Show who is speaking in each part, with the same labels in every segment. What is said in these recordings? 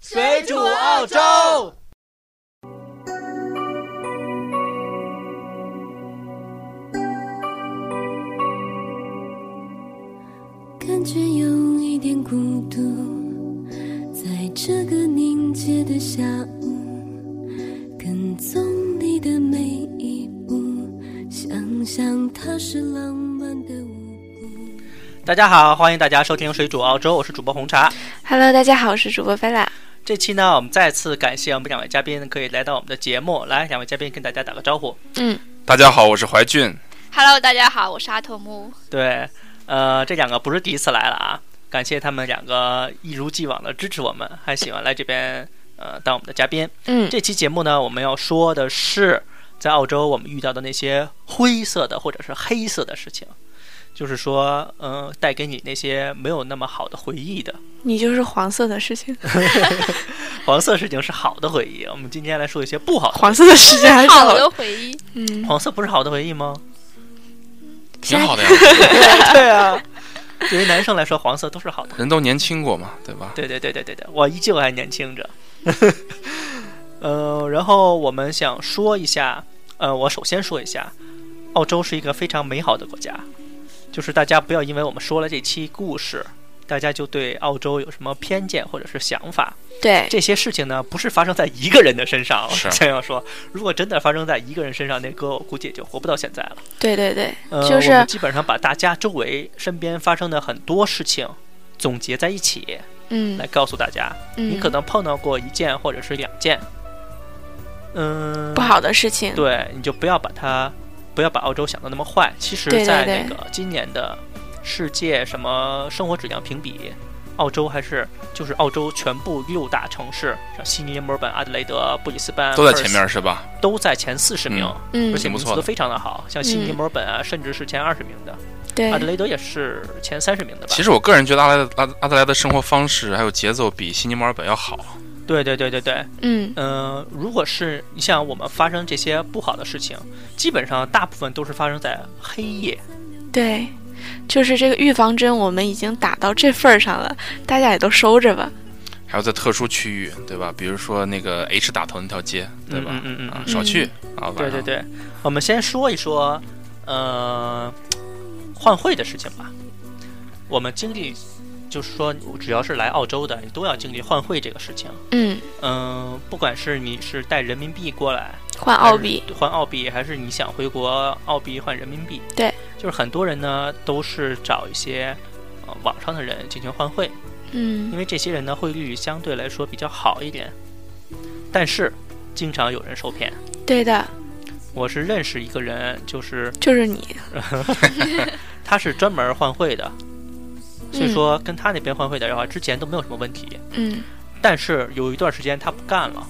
Speaker 1: 水煮澳洲。
Speaker 2: 感觉有一点孤独，在这个凝结的下午，跟踪你的每一步，想象它是浪漫的舞步。
Speaker 1: 大家好，欢迎大家收听《水煮澳洲》，我是主播红茶。
Speaker 3: Hello，大家好，我是主播菲拉。
Speaker 1: 这期呢，我们再次感谢我们两位嘉宾可以来到我们的节目，来，两位嘉宾跟大家打个招呼。
Speaker 3: 嗯，
Speaker 4: 大家好，我是怀俊。
Speaker 5: Hello，大家好，我是阿童木。
Speaker 1: 对，呃，这两个不是第一次来了啊，感谢他们两个一如既往的支持我们，还喜欢来这边呃当我们的嘉宾。
Speaker 3: 嗯，
Speaker 1: 这期节目呢，我们要说的是在澳洲我们遇到的那些灰色的或者是黑色的事情，就是说，嗯、带给你那些没有那么好的回忆的。
Speaker 3: 你就是黄色的事情，
Speaker 1: 黄色事情是好的回忆，我们今天来说一些不好的。
Speaker 3: 黄色的事情还是
Speaker 5: 好的回忆，
Speaker 3: 嗯，
Speaker 1: 黄色不是好的回忆吗？
Speaker 4: 挺好的呀，
Speaker 1: 对啊，对于男生来说，黄色都是好的。
Speaker 4: 人都年轻过嘛，对吧？
Speaker 1: 对对对对对对，我依旧还年轻着。呃，然后我们想说一下，呃，我首先说一下，澳洲是一个非常美好的国家，就是大家不要因为我们说了这期故事，大家就对澳洲有什么偏见或者是想法。
Speaker 3: 对，
Speaker 1: 这些事情呢，不是发生在一个人的身上。我
Speaker 4: 是
Speaker 1: 想要说，如果真的发生在一个人身上，那哥我估计也就活不到现在了。
Speaker 3: 对对对，
Speaker 1: 呃，
Speaker 3: 就是
Speaker 1: 我们基本上把大家周围身边发生的很多事情总结在一起
Speaker 3: 嗯
Speaker 1: 来告诉大家。
Speaker 3: 嗯，
Speaker 1: 你可能碰到过一件或者是两件，嗯，
Speaker 3: 不，好的事情，
Speaker 1: 对，你就不要把它，不要把澳洲想的那么坏。其实
Speaker 3: 对，对
Speaker 1: 在
Speaker 3: 对
Speaker 1: 那个今年的世界什么生活质量评比，澳洲还是就是澳洲全部六大城市，像悉尼、墨尔本、阿德雷德、布里斯班
Speaker 4: 都在前，面是吧？
Speaker 1: Perth，都在前四十名，
Speaker 3: 嗯
Speaker 1: 而，且
Speaker 4: 挺不
Speaker 1: 名次
Speaker 4: 错
Speaker 1: 都
Speaker 4: 的
Speaker 1: 非常的好，像悉尼、
Speaker 3: 嗯
Speaker 1: 墨尔本啊，甚至是前二十名的。
Speaker 3: 对
Speaker 1: 阿，德雷德也是前三十名的吧？
Speaker 4: 其实我个人觉得阿德莱阿阿德莱的生活方式还有节奏比悉尼墨尔本要好。
Speaker 1: 对对对对对，
Speaker 3: 嗯，
Speaker 1: 嗯、如果是你像我们发生这些不好的事情，基本上大部分都是发生在黑夜。
Speaker 3: 对，就是这个预防针我们已经打到这份儿上了，大家也都收着吧。
Speaker 4: 还有在特殊区域，对吧？比如说那个 H 打头那条街，对吧？
Speaker 1: 嗯嗯嗯嗯
Speaker 4: 啊，
Speaker 1: 嗯
Speaker 4: 少去啊，晚
Speaker 1: 对
Speaker 4: 上
Speaker 1: 对，对，我们先说一说，呃，换汇的事情吧。我们经历，就是说，只要是来澳洲的，你都要经历换汇这个事情。
Speaker 3: 嗯，
Speaker 1: 嗯、不管是你是带人民币过来，
Speaker 3: 换澳币，
Speaker 1: 换澳币，还是你想回国澳币换人民币？
Speaker 3: 对，
Speaker 1: 就是很多人呢都是找一些呃网上的人进行换汇，因
Speaker 3: 嗯，
Speaker 1: 为这些人呢汇率相对来说比较好一点，但是经常有人受骗。
Speaker 3: 对的，
Speaker 1: 我是认识一个人，就是
Speaker 3: 就是你，
Speaker 1: 他是专门换汇的，所以
Speaker 3: 嗯
Speaker 1: 说跟他那边换汇的话，之前都没有什么问题。
Speaker 3: 嗯，
Speaker 1: 但是有一段时间他不干了，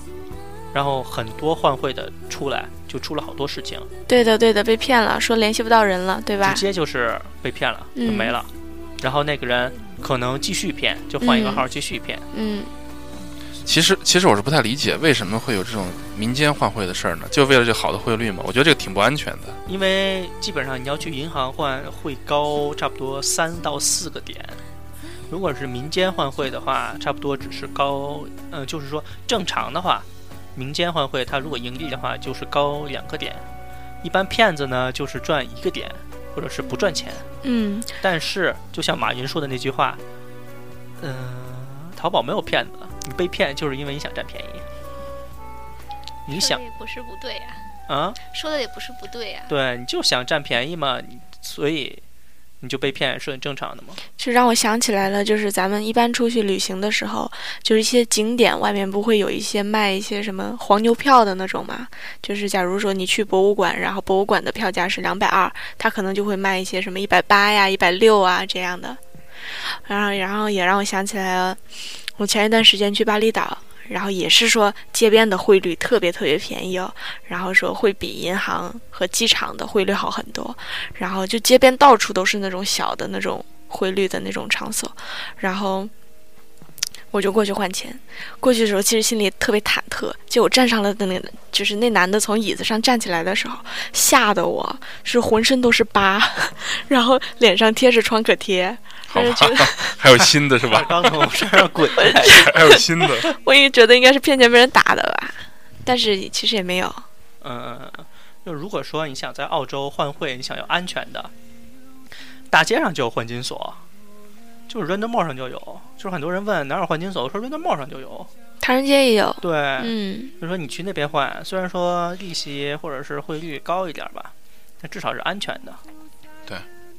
Speaker 1: 然后很多换汇的出来就出了好多事情，
Speaker 3: 对的对的，被骗了，说联系不到人了，对吧
Speaker 1: 直？接就是被骗了，就
Speaker 3: 嗯
Speaker 1: 没了。然后那个人可能继续骗，就换一个号继续骗。
Speaker 3: 嗯，
Speaker 4: 其实其实我是不太理解为什么会有这种民间换汇的事儿呢？就为了这好的汇率嘛？我觉得这个挺不安全的。
Speaker 1: 因为基本上你要去银行换会高差不多三到四个点，如果是民间换汇的话，差不多只是高，呃，就是说正常的话，民间换汇它如果盈利的话就是高两个点，一般骗子呢就是赚一个点或者是不赚钱。
Speaker 3: 嗯，
Speaker 1: 但是就像马云说的那句话，嗯、淘宝没有骗子，你被骗就是因为你想占便宜。你
Speaker 5: 说
Speaker 1: 想
Speaker 5: 的也不是不对呀、
Speaker 1: 啊，
Speaker 5: 说的也不是不对啊呀、
Speaker 1: 对，你就想占便宜嘛，你所以你就被骗是很正常的嘛。
Speaker 3: 就让我想起来了，就是咱们一般出去旅行的时候，就是一些景点外面不会有一些卖一些什么黄牛票的那种嘛？就是假如说你去博物馆，然后博物馆的票价是两百二，他可能就会卖一些什么一百八呀、一百六啊这样的。然后，然后也让我想起来了，我前一段时间去巴厘岛，然后也是说街边的汇率特别特别便宜哦，然后说会比银行和机场的汇率好很多，然后就街边到处都是那种小的那种汇率的那种场所，然后我就过去换钱。过去的时候，其实心里特别忐忑。就我站上了的那，就是那男的从椅子上站起来的时候， 吓得我是浑身都是疤，然后脸上贴着创可贴，
Speaker 4: 好
Speaker 3: 但是
Speaker 4: 吧
Speaker 3: 觉？得
Speaker 4: 还有新的是 吧？
Speaker 1: 刚从我身上滚下来。
Speaker 4: 还有 新的，
Speaker 3: 我也觉得应该是骗钱被人打的吧，但是其实也没有。
Speaker 1: 嗯，就如果说你想在澳洲换汇，你想要安全的，大街上就有换金所，就是 r a n d o m o r 上就有，就是很多人问哪有换金所，我说 r a n d o m o r 上就有。
Speaker 3: 唐人街也有，
Speaker 1: 对，
Speaker 3: 嗯，
Speaker 1: 就是说你去那边换，虽然说利息或者是汇率高一点吧，但至少是安全的。
Speaker 4: 对，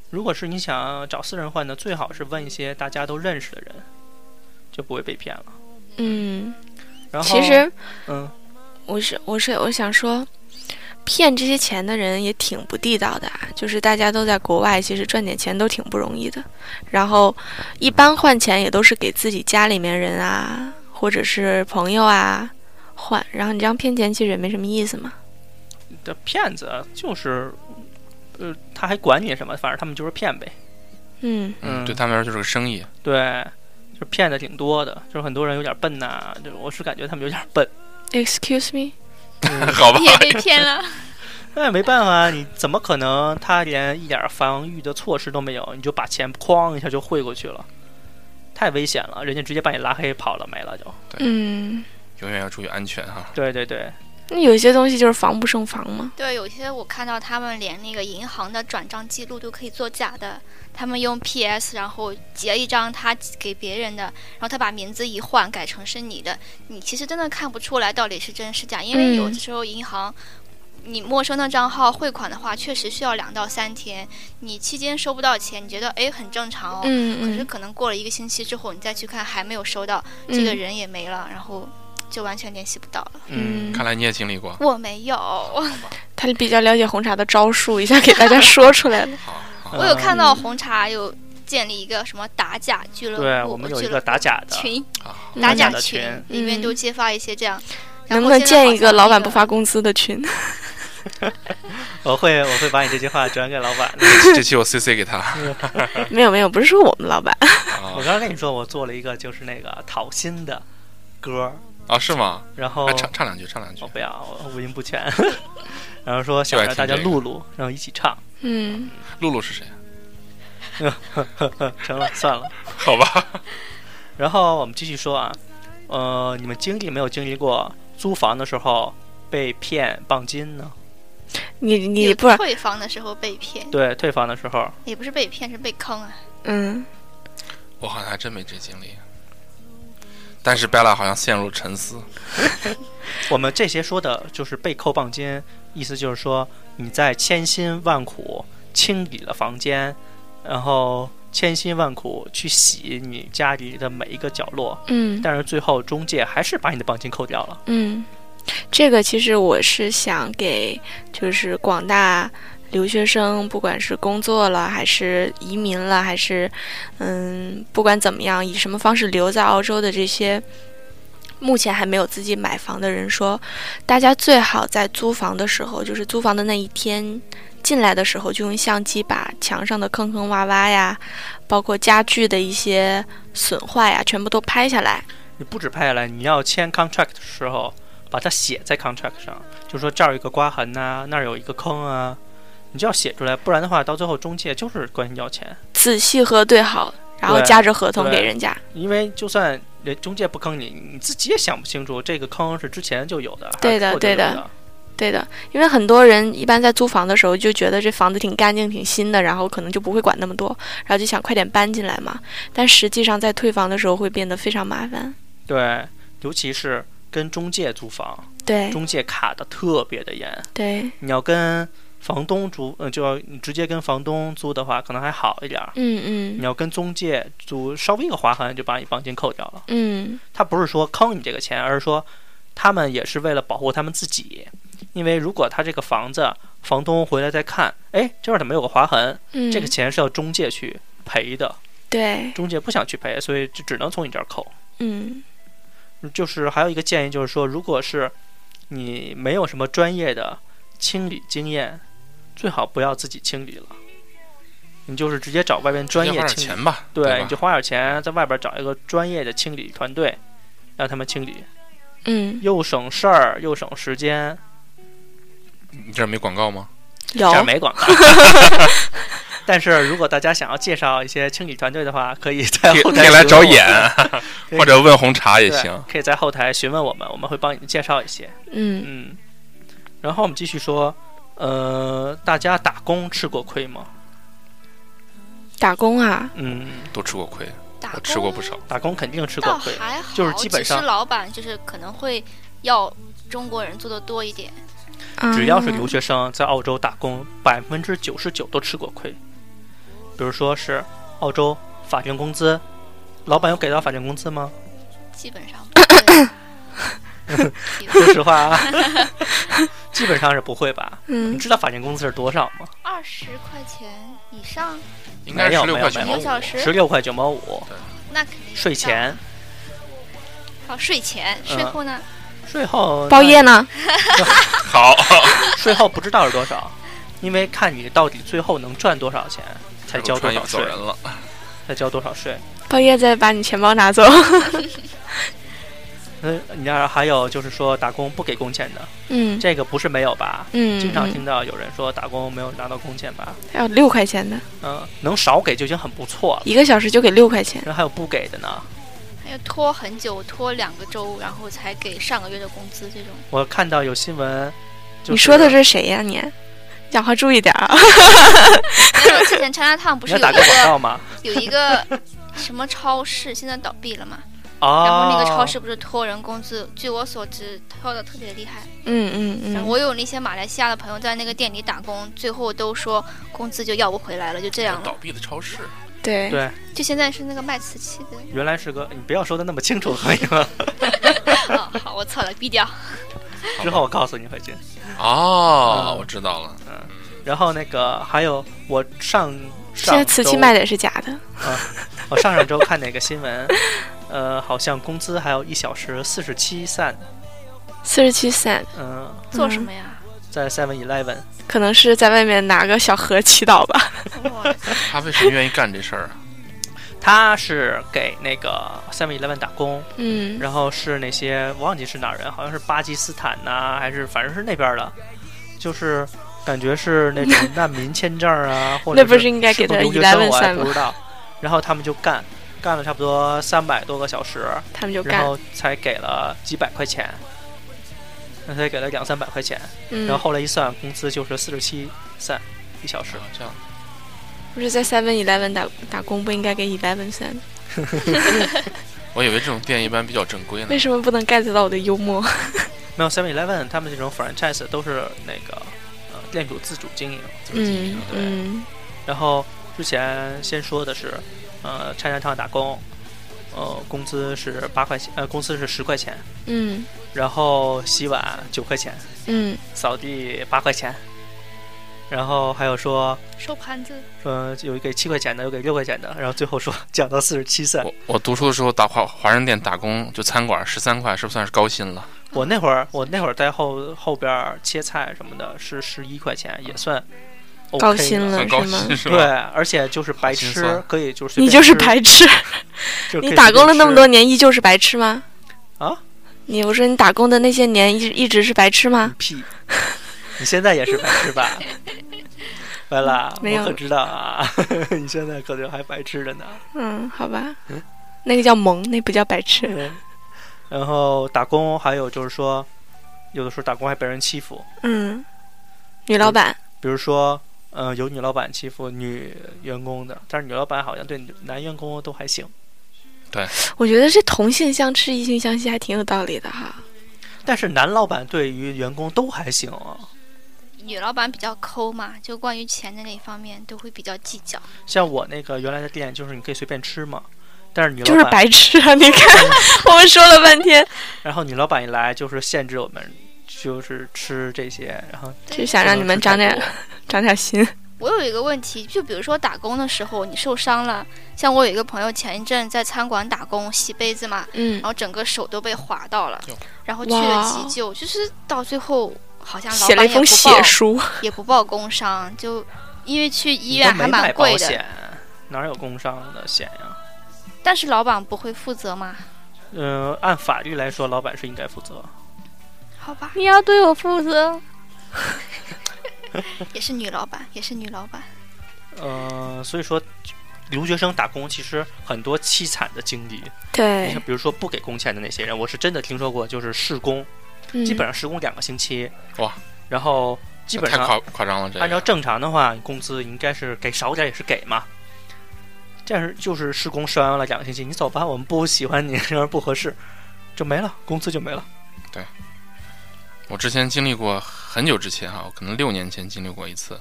Speaker 1: 如果是你想找私人换的，最好是问一些大家都认识的人，就不会被骗了。
Speaker 3: 嗯，
Speaker 1: 然后
Speaker 3: 其实
Speaker 1: 嗯，
Speaker 3: 我是我是我想说，骗这些钱的人也挺不地道的啊。就是大家都在国外，其实赚点钱都挺不容易的。然后一般换钱也都是给自己家里面人啊，或者是朋友啊换。然后你这样骗钱，其实也没什么意思嘛。
Speaker 1: 这骗子就是，呃，他还管你什么？反正他们就是骗呗。
Speaker 3: 嗯，
Speaker 1: 嗯
Speaker 4: 对他们来说就是个生意。
Speaker 1: 对，就是骗的挺多的，就是很多人有点笨呐、就我是感觉他们有点笨。
Speaker 3: Excuse me，
Speaker 4: 好吧
Speaker 5: 你，也被骗了，
Speaker 1: 那也哎没办法，你怎么可能他连一点防御的措施都没有，你就把钱哐一下就汇过去了？太危险了，人家直接把你拉黑跑了，没了就。
Speaker 3: 嗯，
Speaker 4: 永远要注意安全哈。
Speaker 1: 对对对，
Speaker 3: 那有些东西就是防不胜防嘛。
Speaker 5: 对，有些我看到他们连那个银行的转账记录都可以作假的，他们用 PS 然后截一张他给别人的，然后他把名字一换改成是你的，你其实真的看不出来到底是真是假，因为有
Speaker 3: 嗯
Speaker 5: 的时候银行。你陌生的账号汇款的话，确实需要两到三天。你期间收不到钱，你觉得诶很正常哦。
Speaker 3: 嗯
Speaker 5: 可是
Speaker 3: 嗯，
Speaker 5: 可能过了一个星期之后，你再去看还没有收到，这个
Speaker 3: 嗯
Speaker 5: 人也没了，然后就完全联系不到了。
Speaker 3: 嗯
Speaker 4: 看来你也经历过，
Speaker 5: 我没有，
Speaker 3: 他比较了解红茶的招数，一下给大家说出来了。
Speaker 4: 好，
Speaker 1: 嗯
Speaker 4: 好
Speaker 5: 我有看到红茶有建立一个什么打假俱乐部，
Speaker 1: 对我们有一
Speaker 5: 俱
Speaker 1: 个
Speaker 5: 乐部
Speaker 1: 打假的，
Speaker 5: 群，
Speaker 4: 好，
Speaker 5: 打假
Speaker 1: 的群，
Speaker 5: 里面
Speaker 3: 嗯
Speaker 5: 都揭发一些这样。然后
Speaker 3: 能不能
Speaker 5: 现在好
Speaker 3: 建
Speaker 5: 像
Speaker 3: 一个老板不
Speaker 5: 那
Speaker 3: 发工资的群？
Speaker 1: 我会我会把你这句话转给老板 的。
Speaker 4: 这期我 CC 给他。
Speaker 3: 没有没有，不是说我们老板，
Speaker 4: 啊
Speaker 1: 我刚刚跟你说，我做了一个就是那个讨薪的歌儿，
Speaker 4: 啊，是吗？
Speaker 1: 然后
Speaker 4: 来唱唱两句，唱两句
Speaker 1: 我。哦不要，我五音不全。然后说
Speaker 4: 就
Speaker 1: 想
Speaker 4: 爱
Speaker 1: 让
Speaker 4: 听
Speaker 1: 大家
Speaker 4: 这个
Speaker 1: 录录，然后一起唱，
Speaker 3: 嗯，
Speaker 4: 露露是谁？啊
Speaker 1: 成了算了。
Speaker 4: 好吧，
Speaker 1: 然后我们继续说啊，呃，你们经历没有经历过租房的时候被骗棒金呢？
Speaker 3: 你你
Speaker 5: 有
Speaker 3: 不是，
Speaker 5: 退房的时候被骗，
Speaker 1: 对，退房的时候，
Speaker 5: 也不是被骗，是被坑啊。
Speaker 3: 嗯，
Speaker 4: 我好像还真没这经历。但是 Bella 好像陷入了沉思。
Speaker 1: 我们这些说的就是被扣棒金，意思就是说你在千辛万苦清理了房间，然后千辛万苦去洗你家里的每一个角落，
Speaker 3: 嗯
Speaker 1: 但是最后中介还是把你的棒金扣掉了。
Speaker 3: 嗯，这个其实我是想给，就是广大留学生，不管是工作了，还是移民了，还是嗯，不管怎么样，以什么方式留在澳洲的这些。目前还没有自己买房的人说，大家最好在租房的时候，就是租房的那一天进来的时候，就用相机把墙上的坑坑洼洼呀，包括家具的一些损坏呀，全部都拍下来。
Speaker 1: 你不止拍下来，你要签 contract 的时候，把它写在 contract 上，就说这儿有一个刮痕呐、那儿有一个坑啊，你就要写出来，不然的话，到最后中介就是管你要钱，
Speaker 3: 仔细核对好，然后
Speaker 1: 对
Speaker 3: 夹着合同
Speaker 1: 对
Speaker 3: 给人家。
Speaker 1: 因为就算人中介不坑你，你自己也想不清楚这个坑是之前就有的，还
Speaker 3: 对
Speaker 1: 是
Speaker 3: 的
Speaker 1: 后就
Speaker 3: 对
Speaker 1: 有
Speaker 3: 的
Speaker 1: 的，
Speaker 3: 对的，因为很多人一般在租房的时候就觉得这房子挺干净、挺新的，然后可能就不会管那么多，然后就想快点搬进来嘛。但实际上在退房的时候会变得非常麻烦。
Speaker 1: 对，尤其是跟中介租房，
Speaker 3: 对
Speaker 1: 中介卡的特别的严，
Speaker 3: 对，
Speaker 1: 你要跟房东租，呃，就要你直接跟房东租的话，可能还好一点儿。
Speaker 3: 嗯
Speaker 1: 你
Speaker 3: 嗯
Speaker 1: 要跟中介租，稍微一个划痕就把你房金扣掉了。
Speaker 3: 嗯
Speaker 1: 他不是说坑你这个钱，而是说他们也是为了保护他们自己，因为如果他这个房子房东回来再看，哎，这块儿怎么有个划痕？
Speaker 3: 嗯，
Speaker 1: 这个钱是要中介去赔的，
Speaker 3: 对，
Speaker 1: 中介不想去赔，所以就只能从你这儿扣。
Speaker 3: 嗯
Speaker 1: 就是还有一个建议就是说，如果是你没有什么专业的清理经验，最好不要自己清理了。你就是直接找外边专
Speaker 4: 要
Speaker 1: 业
Speaker 4: 花点
Speaker 1: 清理，
Speaker 4: 钱吧，
Speaker 1: 对，
Speaker 4: 对
Speaker 1: 你
Speaker 4: 吧
Speaker 1: 就？花点钱在外边找一个专业的清理团队，让他们清理。
Speaker 3: 嗯，
Speaker 1: 又省事儿又省时间，
Speaker 4: 你这儿没广告吗？
Speaker 1: 这
Speaker 3: 有
Speaker 1: 儿没广告。 但是如果大家想要介绍一些清理团队的话，可以在
Speaker 4: 可以
Speaker 1: 后
Speaker 4: 可
Speaker 1: 台
Speaker 4: 以
Speaker 1: 询
Speaker 4: 来
Speaker 1: 问
Speaker 4: 找
Speaker 1: 我
Speaker 4: 眼，
Speaker 1: 对
Speaker 4: 或者问红茶也
Speaker 1: 对
Speaker 4: 行。
Speaker 1: 可以在后台询问我们，我们会帮你们介绍一些。
Speaker 3: 嗯，
Speaker 1: 嗯，然后我们继续说，呃，大家打工吃过亏吗？
Speaker 3: 打工啊，
Speaker 1: 嗯，
Speaker 4: 都吃过亏，
Speaker 5: 打
Speaker 1: 呃
Speaker 4: 我吃过不少
Speaker 5: 工。
Speaker 1: 打工肯定吃过
Speaker 5: 倒
Speaker 1: 亏，
Speaker 5: 哦还好，
Speaker 1: 就是基本上
Speaker 5: 只是老板就是可能会要中国人做的多一点。
Speaker 1: 只要是
Speaker 3: 啊
Speaker 1: 留学生在澳洲打工，百分之九十九都吃过亏。比如说是澳洲法定工资，老板有给到法定工资吗？
Speaker 5: 基本上不 会。基本
Speaker 1: 说实话 啊，基本上是不会吧？你
Speaker 3: 嗯，
Speaker 1: 知道法定工资是多少吗？
Speaker 5: 二十块钱以上，
Speaker 4: 应该是
Speaker 1: 没
Speaker 4: 十
Speaker 1: 有
Speaker 4: 六
Speaker 1: 没有
Speaker 4: 块九
Speaker 1: 没
Speaker 4: 毛
Speaker 1: 有
Speaker 5: 一个小时
Speaker 4: 五。
Speaker 3: 嗯
Speaker 1: 十六块九毛五，
Speaker 5: 那肯定
Speaker 1: 税前，
Speaker 5: 哦，税前
Speaker 1: 嗯
Speaker 5: 税后呢？
Speaker 1: 税后
Speaker 3: 包夜呢？
Speaker 4: 好，
Speaker 1: 税后不知道是多少，因为看你到底最后能赚多少钱，才交多
Speaker 4: 穿越
Speaker 1: 少
Speaker 4: 走
Speaker 1: 税
Speaker 4: 人，了。
Speaker 1: 才交多少税。
Speaker 3: 包夜再把你钱包拿走。
Speaker 1: 嗯，你那儿还有就是说打工不给工钱的，
Speaker 3: 嗯
Speaker 1: 这个不是没有吧？
Speaker 3: 嗯，
Speaker 1: 经常
Speaker 3: 嗯
Speaker 1: 听到有人说打工没有拿到工钱吧？
Speaker 3: 还有六块钱的，
Speaker 1: 嗯，能少给就已经很不错了。
Speaker 3: 一个小时就给六块钱。
Speaker 1: 人还有不给的呢，
Speaker 5: 还要拖很久，拖两个周，然后才给上个月的工资这 种。
Speaker 1: 我看到有新闻，就是
Speaker 3: 你说的是谁呀、你讲话注意点啊！
Speaker 5: 然后之前 China Town 不
Speaker 1: 你
Speaker 5: 是有
Speaker 1: 要
Speaker 5: 一
Speaker 1: 打个广
Speaker 5: 个
Speaker 1: 告吗？
Speaker 5: 有一个 什么超市现在倒闭了嘛？
Speaker 1: 哦，
Speaker 5: 然后那个超市不是拖人工资？据我所知，拖的特别厉害。
Speaker 3: 嗯嗯
Speaker 5: 然后
Speaker 3: 嗯，
Speaker 5: 我有那些马来西亚的朋友在那个店里打工，最后都说工资就要不回来了，就这样
Speaker 1: 嗯
Speaker 4: 倒
Speaker 5: 了。
Speaker 4: 闭的超市，
Speaker 3: 对
Speaker 1: 对，
Speaker 5: 就现在是那个卖瓷器 的。
Speaker 1: 原来是个，你不要说的那么清楚可以吗？
Speaker 5: 哦，好，我错了，毙掉。
Speaker 1: 之后我告诉你回去。
Speaker 4: 哦，
Speaker 1: 嗯
Speaker 4: 我知道了。
Speaker 1: 然后那个还有我上
Speaker 3: 现
Speaker 1: 上
Speaker 3: 在瓷器
Speaker 1: 周
Speaker 3: 卖的也是假的。
Speaker 1: 我上上周看哪个新闻，呃，好像工资还有一小时四十七 cent，
Speaker 3: 四十七 cent，
Speaker 1: 嗯、
Speaker 5: 做什么呀？
Speaker 1: 在 Seven Eleven，
Speaker 3: 可能是在外面拿个小盒祈祷吧。
Speaker 5: 哇，
Speaker 4: 他为什么愿意干这事儿啊？
Speaker 1: 他是给那个 Seven Eleven 打工，
Speaker 3: 嗯，
Speaker 1: 然后是那些我忘记是哪儿人，好像是巴基斯坦呐、还是反正是那边儿的，就是感觉是那种 难民签证啊，或者
Speaker 3: 那不是应该给他
Speaker 1: 是不是留学生
Speaker 3: 11
Speaker 1: 我还
Speaker 3: cent
Speaker 1: 不知道。然后他们就干，干了差不多三百多个小时，
Speaker 3: 他们就
Speaker 1: 然
Speaker 3: 干。
Speaker 1: 后才给了几百块钱，那才给了两三百块钱。
Speaker 3: 嗯，
Speaker 1: 然后后来一算，工资就是四十七三一小时
Speaker 4: 哦。这样，
Speaker 3: 不是在 Seven Eleven 打打工，不应该给 Eleven cent？
Speaker 4: 我以为这种店一般比较正规呢
Speaker 3: 为。什么不能 get 到我的幽默？
Speaker 1: 没有 Seven Eleven 他们这种 franchise 都是那个呃店主自主经营。
Speaker 3: 嗯
Speaker 1: 对
Speaker 3: 嗯
Speaker 1: 然后之前先说的是，呃，China Town 打工，呃，工资是八块钱，呃，工资是十块钱，
Speaker 3: 嗯
Speaker 1: 然后洗碗九块钱，
Speaker 3: 嗯，
Speaker 1: 扫地八块钱，然后还有说，
Speaker 5: 收盘子。
Speaker 1: 呃，有给七块钱的，有给六块钱的，然后最后说 讲到四十七岁。
Speaker 4: 我我读书的时候打华华人店打工，就餐馆十三块，是不是算是高薪了？
Speaker 1: 我那会儿，我那会儿在后后边儿切菜什么的，是十一块钱，也算 OK
Speaker 3: 高薪
Speaker 1: 的
Speaker 3: 了
Speaker 4: 算高薪是
Speaker 1: 对
Speaker 4: 吧？，
Speaker 1: 而且就是白
Speaker 4: 心
Speaker 1: 吃
Speaker 4: 酸，
Speaker 1: 可以就是随
Speaker 3: 你
Speaker 1: 便
Speaker 3: 就是
Speaker 1: 吃
Speaker 3: 白痴。
Speaker 1: 就可以
Speaker 3: 你
Speaker 1: 随
Speaker 3: 打工
Speaker 1: 便
Speaker 3: 了那么
Speaker 1: 吃
Speaker 3: 多年，依旧是白痴吗？
Speaker 1: 啊？
Speaker 3: 你我说你打工的那些年，一一直是白痴吗？
Speaker 1: 屁！你现在也是白痴吧？完了，
Speaker 3: 没有
Speaker 1: 我可知道啊！ 你现在可能还白痴着呢。
Speaker 3: 嗯，好吧，那个叫萌，那不叫白痴。
Speaker 1: 然后打工，还有就是说，有的时候打工还被人欺负，
Speaker 3: 嗯，女老板，
Speaker 1: 比如说，呃，有女老板欺负女员工的，但是女老板好像对女男员工都还行。
Speaker 3: 我觉得这同性相斥，异性相吸还挺有道理的哈。
Speaker 1: 但是男老板对于员工都还行啊，
Speaker 5: 女老板比较抠嘛，就关于钱的那一方面都会比较计较。
Speaker 1: 像我那个原来的店，就是你可以随便吃嘛，但是女
Speaker 3: 就是
Speaker 1: 老板，
Speaker 3: 白痴啊！你看，我们说了半天，
Speaker 1: 然后女老板一来就是限制我们，就是吃这些，然后
Speaker 3: 就是想让你们长点
Speaker 1: 不能吃太多
Speaker 3: 长点心。
Speaker 5: 我有一个问题，就比如说打工的时候你受伤了，像我有一个朋友前一阵在餐馆打工洗杯子嘛，
Speaker 3: 嗯
Speaker 5: 然，后整个手都被划到了
Speaker 4: 哟，
Speaker 5: 然后去了
Speaker 3: 哇
Speaker 5: 急救，就是到最后好像老
Speaker 3: 写了
Speaker 5: 板
Speaker 3: 一
Speaker 5: 也
Speaker 3: 封
Speaker 5: 不
Speaker 3: 血
Speaker 5: 报
Speaker 3: 书，
Speaker 5: 也不报工伤，就因为去医
Speaker 1: 你
Speaker 5: 院
Speaker 1: 都
Speaker 5: 还
Speaker 1: 没买
Speaker 5: 蛮
Speaker 1: 保
Speaker 5: 贵的，
Speaker 1: 险，哪有工伤的险呀？
Speaker 5: 但是老板不会负责嘛？
Speaker 1: 呃，按法律来说，老板是应该负责。
Speaker 5: 好吧，
Speaker 3: 你要对 我负责。
Speaker 5: 也是女老板，也是女老板，
Speaker 1: 呃，所以说留学生打工其实很多凄惨的经历，你
Speaker 3: 对
Speaker 1: 像，比如说不给工钱的那些人，我是真的听说过，就是试工，
Speaker 3: 嗯
Speaker 1: 基本上试工两个星期，
Speaker 4: 哇，
Speaker 1: 然后基本
Speaker 4: 太
Speaker 1: 上
Speaker 4: 夸夸张了，这个
Speaker 1: 按照正常的话，工资应该是给少点也是给嘛。但是就是施工试完了两个星期，你走吧，我们不喜欢你，这样不合适，就没了，工资就没了。
Speaker 4: 我之前经历过很久之前哈、我可能六年前经历过一次，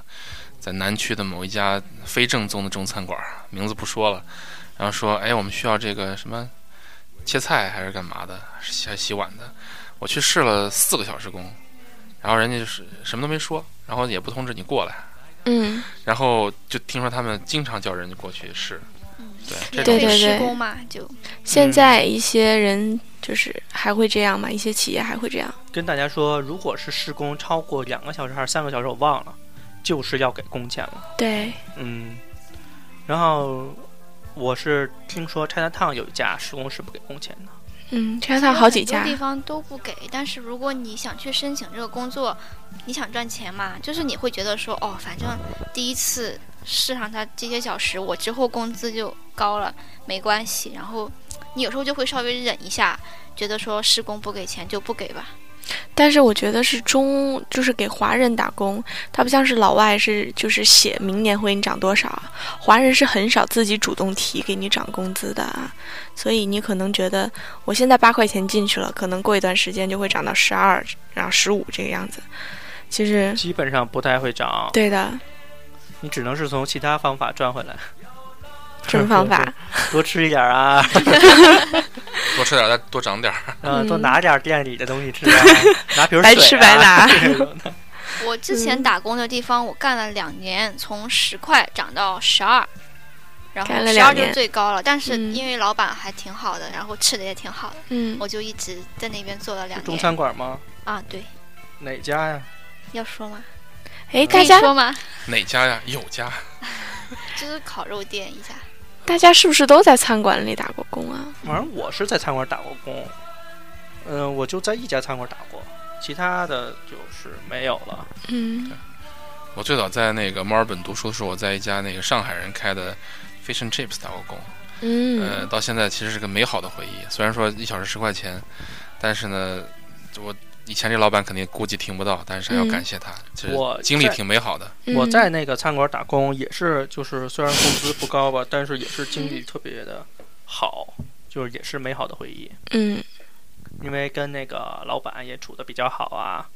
Speaker 4: 在南区的某一家非正宗的中餐馆，名字不说了，然后说，哎，我们需要这个什么切菜还是干嘛的，洗还洗碗的，我去试了四个小时工，然后人家就是什么都没说，然后也不通知你过来，
Speaker 3: 嗯，
Speaker 4: 然后就听说他们经常叫人家过去试，
Speaker 5: 免
Speaker 4: 对，这种
Speaker 3: 对
Speaker 5: 费
Speaker 3: 对
Speaker 5: 施
Speaker 3: 对
Speaker 5: 工嘛，就
Speaker 3: 现在一些人就是还会这样嘛，一些企业还会这样。
Speaker 1: 跟大家说，如果是施工超过两个小时还是三个小时，我忘了，就是要给工钱了。
Speaker 3: 对，
Speaker 1: 嗯，然后我是听说 China Town 有一家施工是不给工钱的，
Speaker 3: 嗯，
Speaker 5: 其
Speaker 3: 全
Speaker 5: 实
Speaker 3: 上好几
Speaker 5: 很多
Speaker 3: 家，
Speaker 5: 地方都不给，但是如果你想去申请这个工作，你想赚钱嘛，就是你会觉得说，哦，反正第一次试上它这些小时，我之后工资就高了，没关系。然后你有时候就会稍微忍一下，觉得说施工不给钱就不给吧。
Speaker 3: 但是我觉得是中，就是给华人打工，他不像是老外是就是写明年会给你涨多少啊，华人是很少自己主动提给你涨工资的啊，所以你可能觉得我现在八块钱进去了，可能过一段时间就会涨到十二，然后十五这个样子，其实
Speaker 1: 基本上不太会涨，
Speaker 3: 对的，
Speaker 1: 你只能是从其他方法赚回来，
Speaker 3: 什么方法？
Speaker 1: 多吃一点啊，
Speaker 4: 多吃点儿，再多长点儿，
Speaker 1: 嗯，
Speaker 3: 嗯
Speaker 1: 多拿点店里的东西吃 啊，拿瓶水、啊，
Speaker 3: 白吃白 拿
Speaker 1: 这种的
Speaker 5: 我之前
Speaker 3: 嗯
Speaker 5: 打工的地方，我干了两年，从十块涨到十二，然后
Speaker 3: 干了
Speaker 5: 十
Speaker 3: 两
Speaker 5: 二就是
Speaker 3: 年
Speaker 5: 最高了。但是
Speaker 3: 嗯
Speaker 5: 因为老板还挺好的，然后吃的也挺好的，
Speaker 3: 嗯，
Speaker 5: 我就一直在那边做了两
Speaker 1: 中
Speaker 5: 年。
Speaker 1: 餐馆吗？
Speaker 5: 啊，对，
Speaker 1: 哪家呀？
Speaker 5: 要说吗？
Speaker 3: 哎，
Speaker 5: 可
Speaker 3: 大
Speaker 5: 以
Speaker 3: 家
Speaker 5: 说吗？
Speaker 4: 哪家呀？有家，
Speaker 5: 就是烤肉店一家，
Speaker 3: 大家是不是都在餐馆里打过工啊？
Speaker 1: 反正我是在餐馆打过工，嗯、我就在一家餐馆打过，其他的就是没有了。
Speaker 3: 嗯，
Speaker 4: 我最早在那个墨尔本读书的时候，我在一家那个上海人开的 Fish and Chips 打过工，呃，
Speaker 3: 嗯，
Speaker 4: 到现在其实是个美好的回忆。虽然说一小时十块钱，但是呢，我以前这老板肯定估计听不到，但是还要
Speaker 3: 嗯
Speaker 4: 感谢他，其实
Speaker 1: 我
Speaker 4: 经历
Speaker 1: 在
Speaker 4: 挺美好的。
Speaker 1: 我
Speaker 3: 嗯
Speaker 1: 在那个餐馆打工也是，就是虽然工资不高吧，但是也是经历特别的好，就是也是美好的回忆，
Speaker 3: 嗯
Speaker 1: 因为跟那个老板也处的比较好啊，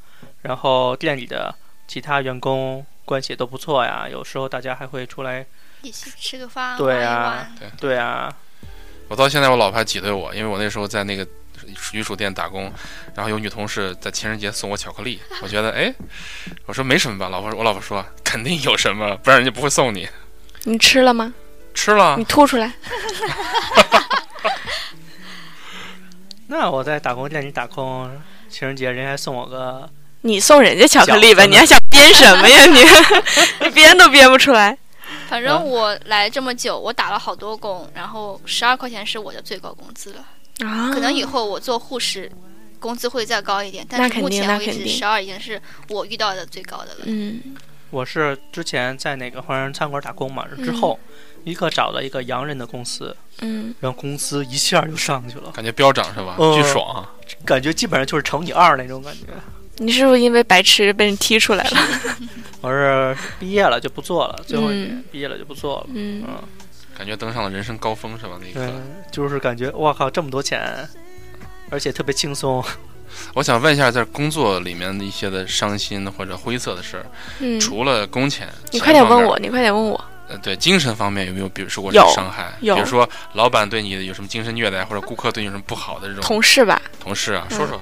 Speaker 1: 然后店里的其他员工关系也都不错呀，有时候大家还会出来，
Speaker 5: 一起吃个饭，
Speaker 1: 对
Speaker 5: 玩一
Speaker 1: 啊
Speaker 5: 玩。
Speaker 1: 对啊，
Speaker 4: 我到现在我老婆还挤兑我，因为我那时候在那个鱼薯店打工，然后有女同事在情人节送我巧克力，我觉得哎，我说没什么吧，老婆我老婆说肯定有什么，不然人家不会送你。
Speaker 3: 你吃了吗？
Speaker 4: 吃了
Speaker 1: 啊
Speaker 3: 你，吐出来。
Speaker 1: 那我在打工店里打工，情人节人还送我个，
Speaker 3: 你送人家巧克力吧，
Speaker 1: 饺子呢
Speaker 3: 你还想编什么呀你？你编都编不出来。
Speaker 5: 反
Speaker 1: 啊
Speaker 5: 正我来这么久，我打了好多工，然后十二块钱是我的最高工资了。
Speaker 3: 啊
Speaker 5: 可能以后我做护士，工资会再高一点，但
Speaker 3: 那
Speaker 5: 是
Speaker 3: 肯
Speaker 5: 目
Speaker 3: 定
Speaker 5: 前
Speaker 3: 那
Speaker 5: 为
Speaker 3: 肯
Speaker 5: 止，
Speaker 3: 定
Speaker 5: 十二已经是我遇到的最高的了。
Speaker 3: 嗯
Speaker 1: 我是之前在哪个华人餐馆打工嘛，之后立刻找了一个洋人的公司，
Speaker 3: 嗯，
Speaker 1: 然后工资一下就上去了，
Speaker 4: 感觉飙涨是吧？
Speaker 1: 嗯
Speaker 4: 巨爽啊、
Speaker 1: 感觉基本上就是乘以二那种感觉。
Speaker 3: 你是不是因为白痴被人踢出来了？
Speaker 1: 我是毕业了就不做了，最后一年
Speaker 3: 嗯
Speaker 1: 毕业了就不做了，
Speaker 3: 嗯
Speaker 1: 嗯，
Speaker 4: 感觉登上了人生高峰是吧？那一刻
Speaker 1: 对。，就是感觉哇靠，这么多钱，而且特别轻松。
Speaker 4: 我想问一下，在工作里面的一些的伤心或者灰色的事儿，
Speaker 3: 嗯，
Speaker 4: 除了工钱，
Speaker 3: 你快点
Speaker 4: 钱方
Speaker 3: 问
Speaker 4: 面
Speaker 3: 我，。你快点问我。
Speaker 4: 呃，对，精神方面有没有，比如受过什么
Speaker 3: 有
Speaker 4: 伤害？
Speaker 3: 有
Speaker 4: 比如说老板对你有什么精神虐待，或者顾客对你有什么不好的这种
Speaker 3: 同事吧，
Speaker 4: 同事啊，
Speaker 3: 嗯
Speaker 4: 说说。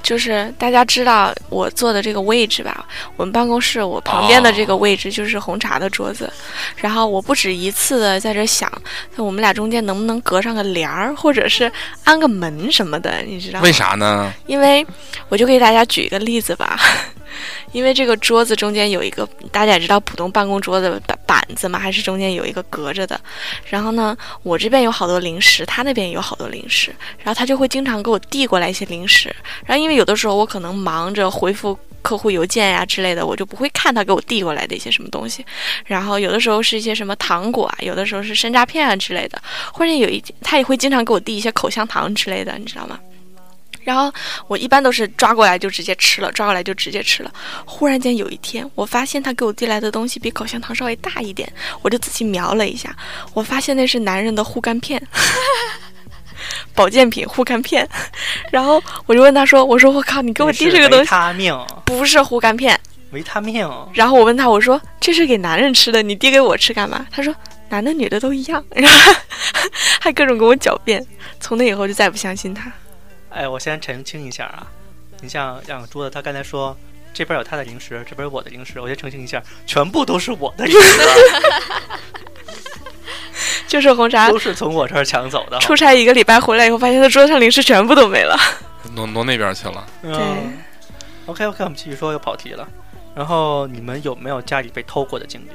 Speaker 3: 就是大家知道我坐的这个位置吧，我们办公室我旁边的这个位置就是红茶的桌子，然后我不止一次的在这想，那我们俩中间能不能隔上个帘儿，或者是安个门什么的，你知道吗
Speaker 4: 为？啥呢？
Speaker 3: 因为我就给大家举一个例子吧， 因为这个桌子中间有一个，大家也知道普通办公桌子板板子嘛，还是中间有一个隔着的。然后呢，我这边有好多零食，他那边也有好多零食，然后他就会经常给我递过来一些零食。然后因为有的时候我可能忙着回复。客户邮件呀、之类的，我就不会看他给我递过来的一些什么东西。然后有的时候是一些什么糖果啊，有的时候是山楂片啊之类的，或者有一他也会经常给我递一些口香糖之类的，你知道吗？然后我一般都是抓过来就直接吃了，抓过来就直接吃了。忽然间有一天，我发现他给我递来的东西比口香糖稍微大一点，我就仔细瞄了一下，我发现那是男人的护肝片， 保健品护肝片。然后我就问他说：“我说我靠，你给我递这个东
Speaker 1: 维
Speaker 3: 西
Speaker 1: 他命，
Speaker 3: 不是护肝片？”
Speaker 1: 维他命，
Speaker 3: 然后我问他，我说这是给男人吃的，你递给我吃干嘛？他说男的女的都一样， 然后还各种跟我狡辩。从那以后就再不相信他。
Speaker 1: 哎，我先澄清一下啊，你像养猪的，他刚才说这边有他的零食，这边有我的零食，我先澄清一下，全部都是我的零 食，
Speaker 3: 就是红茶
Speaker 1: 都是从我这儿抢走的。
Speaker 3: 啊出差一个礼拜回来以后，发现他桌上零食全部都没了。
Speaker 4: 挪挪那边去了。
Speaker 1: 嗯，OK OK，我们继续说，又跑题了。然后你们有没有家里被偷过的经历？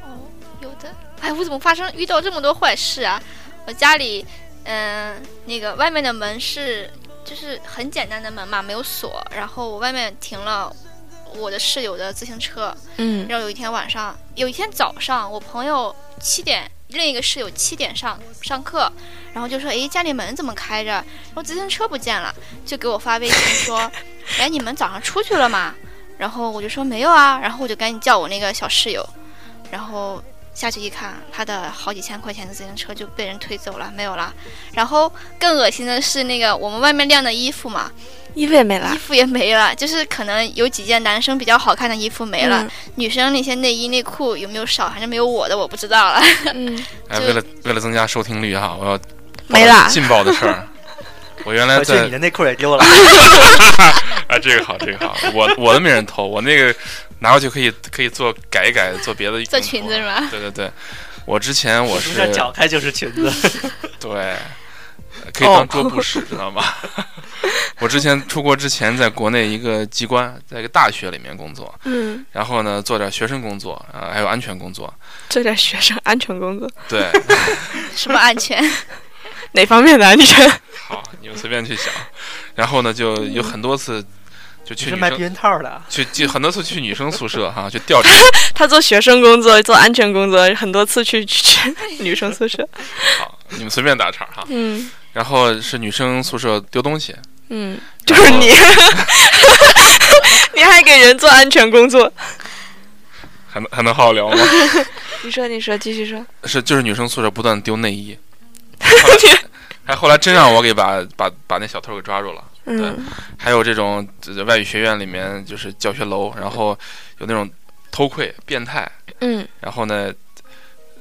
Speaker 5: 哦，有的。哎，我怎么发生遇到这么多坏事啊？我家里，嗯、那个外面的门是就是很简单的门嘛，没有锁。然后我外面停了我的室友的自行车。
Speaker 3: 嗯
Speaker 5: 然后有一天晚上，有一天早上，我朋友七点，另一个室友七点上上课，然后就说：“诶，家里门怎么开着？”然后自行车不见了，就给我发微信说：“哎，你们早上出去了吗？”然后我就说没有啊，然后我就赶紧叫我那个小室友，然后下去一看，他的好几千块钱的自行车就被人推走了，没有了。然后更恶心的是那个我们外面晾的衣服嘛，
Speaker 3: 衣服也没了
Speaker 5: 衣，服也没了，就是可能有几件男生比较好看的衣服
Speaker 3: 嗯
Speaker 5: 没了，女生那些内衣内裤有没有少，反正没有我的，我不知道了。
Speaker 3: 嗯，嗯，
Speaker 4: 哎，
Speaker 5: 就
Speaker 4: 为了为了增加收听率哈，我要
Speaker 3: 没
Speaker 4: 报
Speaker 3: 了
Speaker 4: 个。劲爆的事儿。我原来
Speaker 1: 回去
Speaker 4: 在
Speaker 1: 你的内裤也丢了，
Speaker 4: 啊，这个好，这个好，我我的没人偷，我那个拿过去可以可以做改一改，做别的用途啊。
Speaker 5: 做裙子是
Speaker 1: 哦
Speaker 5: 吧
Speaker 4: 对对对，我之前我
Speaker 1: 从
Speaker 4: 是
Speaker 1: 这儿绞开就是裙子。
Speaker 4: 对，呃可以当桌布
Speaker 5: 哦
Speaker 4: 使，知道吗？ 我之前出国之前，在国内一个机关，在一个大学里面工作，
Speaker 3: 嗯，
Speaker 4: 然后呢做点学生工作啊、呃还有安全工作。
Speaker 3: 做点学生安全工作，
Speaker 4: 对，
Speaker 5: 什么安全？
Speaker 3: 哪方面的安全？
Speaker 4: 好，你们随便去想。然后呢，就
Speaker 5: 嗯
Speaker 4: 有很多次就
Speaker 1: 你
Speaker 4: 去
Speaker 1: 是
Speaker 4: 女
Speaker 1: 卖避
Speaker 4: 生
Speaker 1: 孕套的啊？
Speaker 4: 去去很多次去女生宿舍哈、去 调查。
Speaker 3: 他做学生工作，做安全工作，很多次去去去女生宿舍。
Speaker 4: 好，你们随便打岔哈、
Speaker 3: 嗯
Speaker 4: 然后是女生宿舍丢东西，
Speaker 3: 嗯，就是你， 你还给人做安全工作。
Speaker 4: 还能还能好 好聊吗？
Speaker 3: 你说，你说，继续说。
Speaker 4: 是就是女生宿舍不断丢内 衣，后来还后来真让我给把把把那小偷给抓住了。
Speaker 3: 嗯
Speaker 4: 还有这种这外语学院里面就是教学楼，然后有那种偷窥变态，
Speaker 3: 嗯
Speaker 4: 然后呢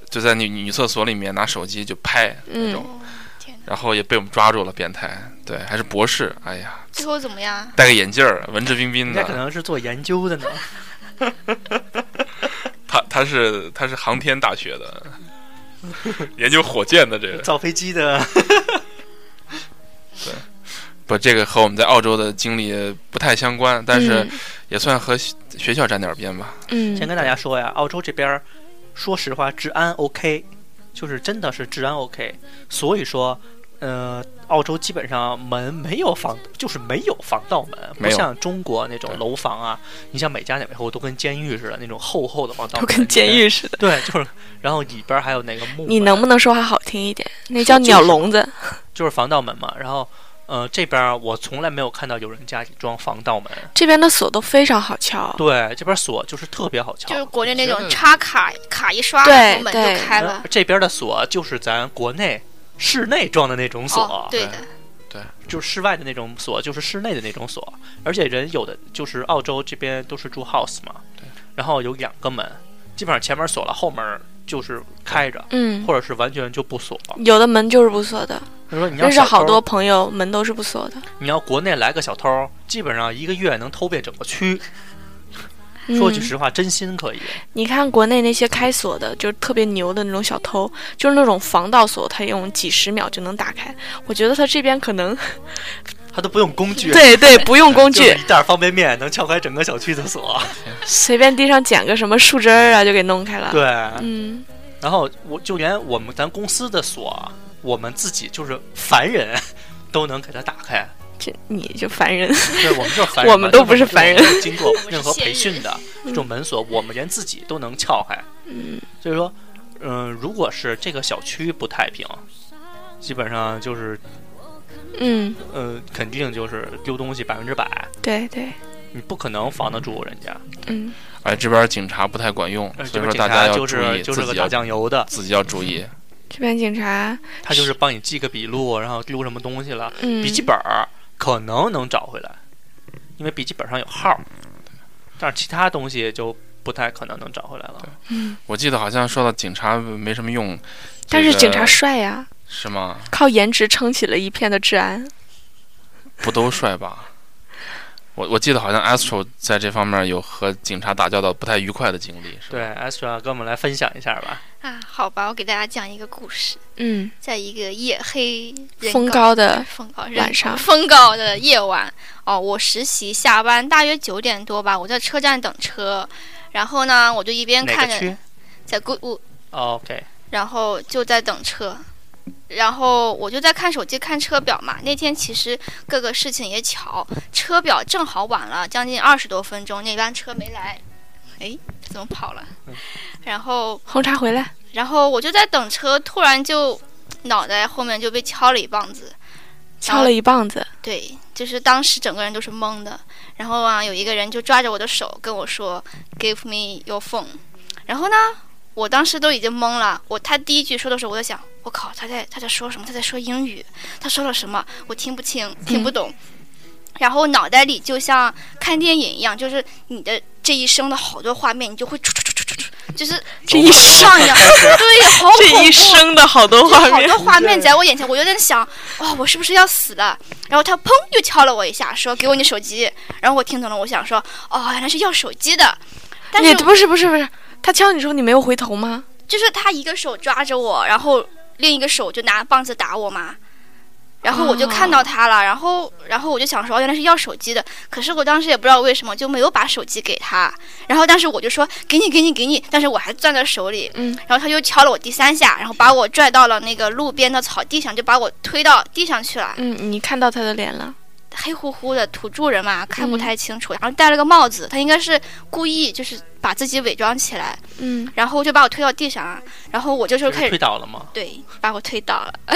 Speaker 4: 就在女女厕所里面拿手机就拍那
Speaker 3: 嗯
Speaker 4: 种，
Speaker 5: 哦天哪！
Speaker 4: 然后也被我们抓住了变态，对，还是博士，哎呀，
Speaker 5: 最后怎么样？
Speaker 4: 戴个眼镜儿，文质彬彬
Speaker 1: 人家可
Speaker 4: 的，
Speaker 1: 能是做研究 的呢。
Speaker 4: 他他是他是航天大学的，研究火箭的这个，
Speaker 1: 造飞机的，
Speaker 4: 不，这个和我们在澳洲的经历不太相关，但是
Speaker 3: 嗯
Speaker 4: 也算和学学校沾点边吧。
Speaker 3: 嗯
Speaker 1: 先跟大家说呀，澳洲这边儿，说实话，治安 OK，就是真的是治安 OK，所以说，呃，澳洲基本上门没有防，就是没有防盗门，不
Speaker 4: 没有
Speaker 1: 像中国那种
Speaker 4: 对
Speaker 1: 楼房啊，你像每家每户都跟监狱似的那种厚厚的防盗
Speaker 3: 都
Speaker 1: 门，
Speaker 3: 跟监狱似的。
Speaker 1: 对，就是，然后里边儿还有那个木门，
Speaker 3: 你能不能说话好听一点？那叫鸟笼子。
Speaker 1: 就是防盗门嘛，然后。呃，这边儿我从来没有看到有人家里装防盗门，
Speaker 3: 这边的锁都非常好撬。
Speaker 1: 对，这边儿锁就是特别好撬，
Speaker 5: 就是国内那
Speaker 4: 觉得
Speaker 5: 种插卡卡一刷，
Speaker 3: 对
Speaker 5: 然后门就
Speaker 3: 对
Speaker 5: 开
Speaker 1: 呃
Speaker 5: 了。
Speaker 1: 这边的锁就是咱国内室内装的那种锁，
Speaker 5: 哦，对的，
Speaker 1: 就是室外的那种锁，就是室内的那种锁。而且人有的就是澳洲这边都是住 house 嘛，
Speaker 4: 对，
Speaker 1: 然后有两个门，基本上前门锁了，后门就是开着，
Speaker 3: 嗯，
Speaker 1: 或者是完全就不锁。
Speaker 3: 有的门就是不锁的。
Speaker 1: 他说你要
Speaker 3: 认识
Speaker 1: 小偷
Speaker 3: 好多，朋友门都是不锁的。
Speaker 1: 你要国内来个小偷，基本上一个月能偷遍整个区。
Speaker 3: 嗯
Speaker 1: 说句实话，真心可以。
Speaker 3: 你看国内那些开锁的，就是特别牛的那种小偷，就是那种防盗锁，他用几十秒就能打开。我觉得他这边可能
Speaker 1: 他都不用工具，
Speaker 3: 对对，不 用工
Speaker 1: 就是
Speaker 3: 具，啊
Speaker 1: 一袋方便面能撬开整个小区的锁。
Speaker 3: 随便地上捡个什么树枝儿啊，就给弄开了。
Speaker 1: 对，
Speaker 3: 嗯，
Speaker 1: 然后我就连我 们咱公司的锁，我们自己就是凡人都能给它打开，
Speaker 3: 这你就烦人。
Speaker 1: 对，我们就是凡人嘛，
Speaker 3: 我们都不是
Speaker 1: 因为我们
Speaker 3: 凡人
Speaker 1: 没有 经过任何
Speaker 5: 我们是仙
Speaker 1: 培训的这种门锁，我们连自己都能撬开。
Speaker 3: 嗯，
Speaker 1: 所以说，嗯、如果是这个小区不太平，基本上就是，
Speaker 3: 嗯，
Speaker 1: 呃，肯定就是丢东西百分之百，
Speaker 3: 对对，
Speaker 1: 你不可能防得住人家。
Speaker 3: 嗯，
Speaker 4: 而这边警察不太管用，
Speaker 1: 呃，这
Speaker 4: 所以
Speaker 1: 边
Speaker 4: 说
Speaker 1: 警
Speaker 4: 大家
Speaker 1: 察
Speaker 4: 要
Speaker 1: 就
Speaker 4: 注意，
Speaker 1: 是就
Speaker 4: 自
Speaker 1: 是个
Speaker 4: 己
Speaker 1: 打
Speaker 4: 要
Speaker 1: 酱油的，
Speaker 4: 自己要注意。
Speaker 3: 这边警察，
Speaker 1: 他就是帮你记个笔录，然后丢什么东西了，
Speaker 3: 嗯，
Speaker 1: 笔记本儿可能能找回来，因为笔记本上有号儿，但是其他东西就不太可能能找回来了。
Speaker 3: 嗯，
Speaker 4: 我记得好像说到警察没什么用，
Speaker 3: 但是
Speaker 4: 这个
Speaker 3: 警察帅呀，
Speaker 4: 是吗？
Speaker 3: 靠颜值撑起了一片的治安。
Speaker 4: 不都帅吧？我我记得好像 Astro 在这方面有和警察打交道不太愉快的经历，是吧？
Speaker 1: 对，Astra 啊跟我们来分享一下吧。
Speaker 5: 啊，好吧，我给大家讲一个故事，
Speaker 3: 嗯，
Speaker 5: 在一个夜黑人
Speaker 3: 风
Speaker 5: 高
Speaker 3: 高的，
Speaker 5: 风高人
Speaker 3: 晚上
Speaker 5: 风高的夜晚哦，我实习下班大约九点多吧，我在车站等车，然后呢，我就一边
Speaker 1: 哪
Speaker 5: 看
Speaker 1: 个
Speaker 5: 着
Speaker 1: 区哦
Speaker 5: 在 Good Wood，
Speaker 1: ？OK，
Speaker 5: 然后就在等车，然后我就在看手机看车表嘛。那天其实各个事情也巧，车表正好晚了将近二十多分钟，那班车没来，哎，他怎么跑了
Speaker 1: 嗯？
Speaker 5: 然后
Speaker 3: 红茶回来，
Speaker 5: 然后我就在等车，突然就脑袋后面就被敲了一棒子，然
Speaker 3: 敲
Speaker 5: 后
Speaker 3: 了一棒子。
Speaker 5: 对，就是当时整个人都是懵的。然后啊，有一个人就抓着我的手跟我说：“Give me your phone。”然后呢，我当时都已经懵了。我他第一句说的时候，我在想，我靠，他在他在说什么？他在说英语，他说了什么？我听不清，听不懂。
Speaker 3: 嗯
Speaker 5: 然后脑袋里就像看电影一样，就是你的这一生的好多画面，你就会出出出出出出，就是
Speaker 3: 这一生
Speaker 5: 上扬，对，好恐怖。啊
Speaker 3: 这一生的好多画
Speaker 5: 好
Speaker 3: 面，
Speaker 5: 多画面在我眼前，我就在想，哇、我是不是要死了？然后他砰又敲了我一下，说：“给我你手机。”然后我听懂了，我想说，哦，原来是要手机的。但
Speaker 3: 你
Speaker 5: 是
Speaker 3: 不是不是不是，他敲你时候你没有回头吗？
Speaker 5: 就是他一个手抓着我，然后另一个手就拿棒子打我嘛。然后我就看到他了，然后，然后我就想说，哦原来是要手机的。可是我当时也不知道为什么就没有把手机给他。然后，但是我就说给你，给你，给你，但是我还攥在手里。
Speaker 3: 嗯，
Speaker 5: 然后他又敲了我第三下，然后把我拽到了那个路边的草地上，就把我推到地上去了。
Speaker 3: 嗯，你看到他的脸了？
Speaker 5: 黑乎乎的土著人嘛，看不太清楚。然后戴了个帽子，他应该是故意就是把自己伪装起来，
Speaker 3: 嗯，
Speaker 5: 然后就把我推到地上啊。然后我这时候
Speaker 1: 就
Speaker 5: 开
Speaker 1: 是推
Speaker 5: 始
Speaker 1: 倒了吗？
Speaker 5: 对把我推倒了，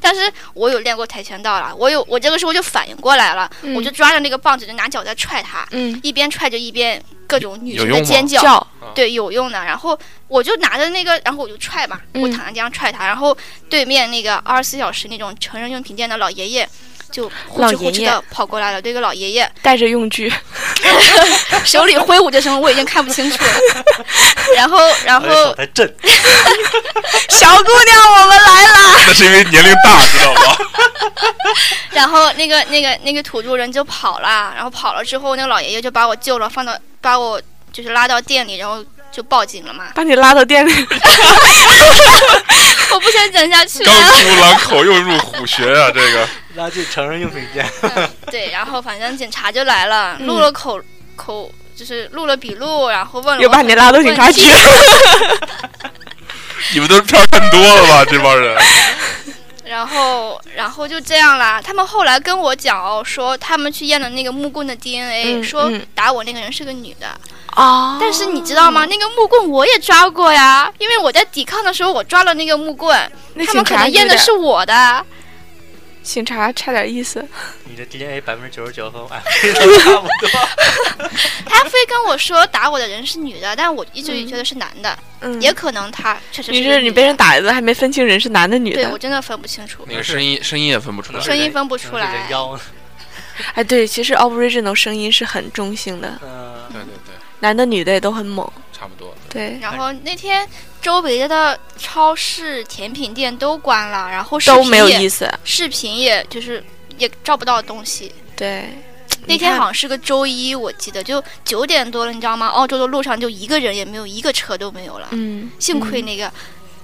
Speaker 5: 但是我有练过跆拳道了，我有我这个时候就反应过来了，
Speaker 3: 嗯
Speaker 5: 我就抓着那个棒子就拿脚在踹他，
Speaker 3: 嗯
Speaker 5: 一边踹着一边各种女
Speaker 4: 有
Speaker 5: 生
Speaker 4: 用
Speaker 5: 的
Speaker 4: 吗
Speaker 5: 尖叫。
Speaker 3: 叫
Speaker 5: 对，有用的。然后我就拿着那个，然后我就踹嘛，
Speaker 3: 嗯
Speaker 5: 我躺在地上踹他。然后对面那个二十四小时那种成人用品店的老爷爷，就呼
Speaker 3: 老
Speaker 5: 哧呼
Speaker 3: 爷
Speaker 5: 哧
Speaker 3: 爷
Speaker 5: 的跑过来了。对，一个老爷爷
Speaker 3: 带着用具，
Speaker 5: 手里挥舞着什么，我已经看不清楚了。然后，然
Speaker 4: 哎
Speaker 1: 我哎的手
Speaker 5: 后
Speaker 1: 在震，
Speaker 3: 小姑娘，我们来了。
Speaker 4: 那是因为年龄大，知 道吗？
Speaker 5: 然后那个那个那个土著人就跑了，然后跑了之后，那个老爷爷就把我救了，放到把我就是拉到店里，然后就报警了嘛。
Speaker 3: 把你拉到店
Speaker 5: 嗯
Speaker 3: 里，
Speaker 5: 我不想讲下 去
Speaker 4: 刚
Speaker 5: 了。
Speaker 4: 出狼口又入虎穴啊，这个。
Speaker 1: 拉进成人用品店。
Speaker 5: 对，然后反正警察就来了，
Speaker 3: 嗯
Speaker 5: 录了口、口，就是录了笔录，然后问了
Speaker 3: 又把
Speaker 5: 我
Speaker 3: 你拉到
Speaker 5: 很多
Speaker 3: 警察
Speaker 5: 问
Speaker 3: 局
Speaker 5: 题。。
Speaker 4: 你们都是片儿看多了 吧？这帮人，
Speaker 5: 然后，然后就这样啦。他们后来跟我讲哦，说他们去验了那个木棍的 DNA，、
Speaker 3: 嗯
Speaker 5: 说
Speaker 3: 嗯
Speaker 5: 打我那个人是个女的。
Speaker 3: 哦
Speaker 5: 但是你知道吗？那个木棍我也抓过呀，因为我在抵抗的时候我抓了那个木棍，
Speaker 3: 那
Speaker 5: 他
Speaker 3: 警
Speaker 5: 们可
Speaker 3: 察
Speaker 5: 能验的是我的。
Speaker 3: 警察，差点意思。
Speaker 1: 你的 DNA 百分之哎九十九和我 都差不多。
Speaker 5: 他非跟我说打我的人是女的，但我一直
Speaker 3: 嗯
Speaker 5: 觉得是男的，
Speaker 3: 嗯，
Speaker 5: 也可能他确实
Speaker 3: 你
Speaker 5: 是
Speaker 3: 是
Speaker 5: 个
Speaker 3: 你
Speaker 5: 女
Speaker 3: 被人
Speaker 5: 的，
Speaker 3: 打的还没分清人是男的女
Speaker 5: 对我
Speaker 3: 的。
Speaker 5: 真的分不清楚。
Speaker 4: 那个声音声音也分不出来。
Speaker 5: 声音分不出来
Speaker 1: 可能是人妖，
Speaker 3: 哎，对，其实 original 声音是很中性的，
Speaker 1: 嗯、
Speaker 4: 对对对，
Speaker 3: 男的女的也都很猛。
Speaker 4: 差不多。
Speaker 3: 对，
Speaker 5: 然后那天周围的超市、甜品店都关了，然后视频
Speaker 3: 都没有
Speaker 5: 也
Speaker 3: 意思。
Speaker 5: 视频也就是也照不到东西。
Speaker 3: 对，
Speaker 5: 那
Speaker 3: 你
Speaker 5: 天
Speaker 3: 看
Speaker 5: 好像是个周一，我记得就九点多了，你知道吗？澳洲的路上就一个人也没有，一个车都没有了。
Speaker 3: 嗯，
Speaker 5: 幸亏那个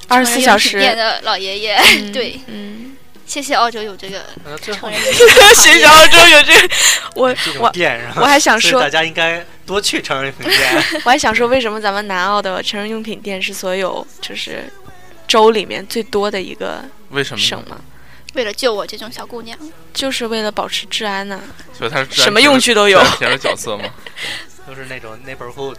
Speaker 3: 二十四小
Speaker 5: 成人用品店
Speaker 3: 时。
Speaker 5: 的老爷爷，
Speaker 3: 嗯
Speaker 5: 对，
Speaker 3: 嗯，
Speaker 5: 谢谢澳洲有这个
Speaker 1: 呃最后
Speaker 5: 成
Speaker 1: 你
Speaker 5: 人用品店
Speaker 3: 学
Speaker 5: 行
Speaker 3: 校中有这个，我
Speaker 1: 这嗯种
Speaker 3: 我
Speaker 1: 店，然后
Speaker 3: 我还想
Speaker 1: 所以
Speaker 3: 说
Speaker 1: 大，家应该多去成人用品店。
Speaker 3: 我还想说，为什么咱们南澳的成人用品店是所有就是州里面最多的一个
Speaker 4: 为什么
Speaker 3: 省
Speaker 4: 呢？
Speaker 3: 吗？
Speaker 5: 为了救我这种小姑娘。
Speaker 1: 嗯
Speaker 3: 就是为了保持治安呐、
Speaker 4: 所以它是治安
Speaker 3: 什么
Speaker 4: 片的
Speaker 3: 用处都有
Speaker 4: 治。安片的角色吗？
Speaker 1: 都是那种 neighborhood，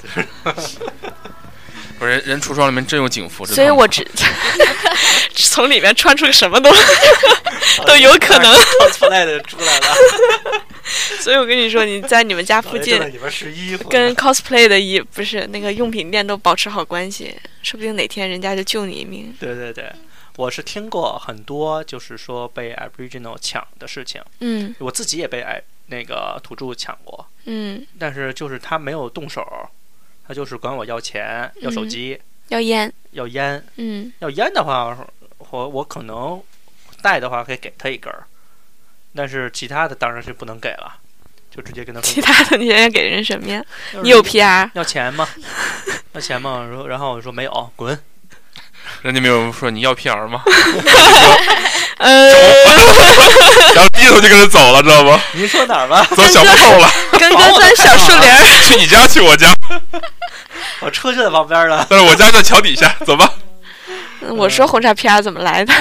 Speaker 4: 不是人人橱窗里面真有警服，这
Speaker 3: 所以
Speaker 4: 他妈
Speaker 3: 我只 从里面穿出个什么东西都有 可能。
Speaker 1: cosplay 的出来了，
Speaker 3: 所以我跟你说，你在你们家附
Speaker 1: 就
Speaker 3: 近
Speaker 1: 哎在里边试衣服，
Speaker 3: 跟 cosplay 的衣不是那个用品店都保持好关系，说不定哪天人家就救你一命。
Speaker 1: 对对对，我是听过很多，就是说被 Aboriginal 抢的事情，
Speaker 3: 嗯
Speaker 1: 我自己也被哎那个土著抢过，
Speaker 3: 嗯，
Speaker 1: 但是就是他没有动手，他就是管我要钱、要手机、
Speaker 3: 要烟，
Speaker 1: 要烟，
Speaker 3: 嗯
Speaker 1: 要烟的话，我我可能带的话可以给他一根儿，但是其他的当然是不能给了，就直接跟他说
Speaker 3: 其他的你想想给人什么呀？
Speaker 1: 要
Speaker 3: 你有 PR，
Speaker 1: 要钱吗？要钱吗？然后然后我说没有，滚。
Speaker 4: 人家没有人说你要 PR 吗？
Speaker 3: 呃，
Speaker 4: 然后低头就跟人走了，知道吗？
Speaker 1: 您说哪儿吧？
Speaker 4: 走小胡同了，
Speaker 3: 跟跟咱小树林儿，
Speaker 4: 去你家，去我家，
Speaker 1: 我车就在旁边了。
Speaker 4: 但是我家在桥底下，走 吧。
Speaker 3: 嗯我说红茶 PR 怎么来的？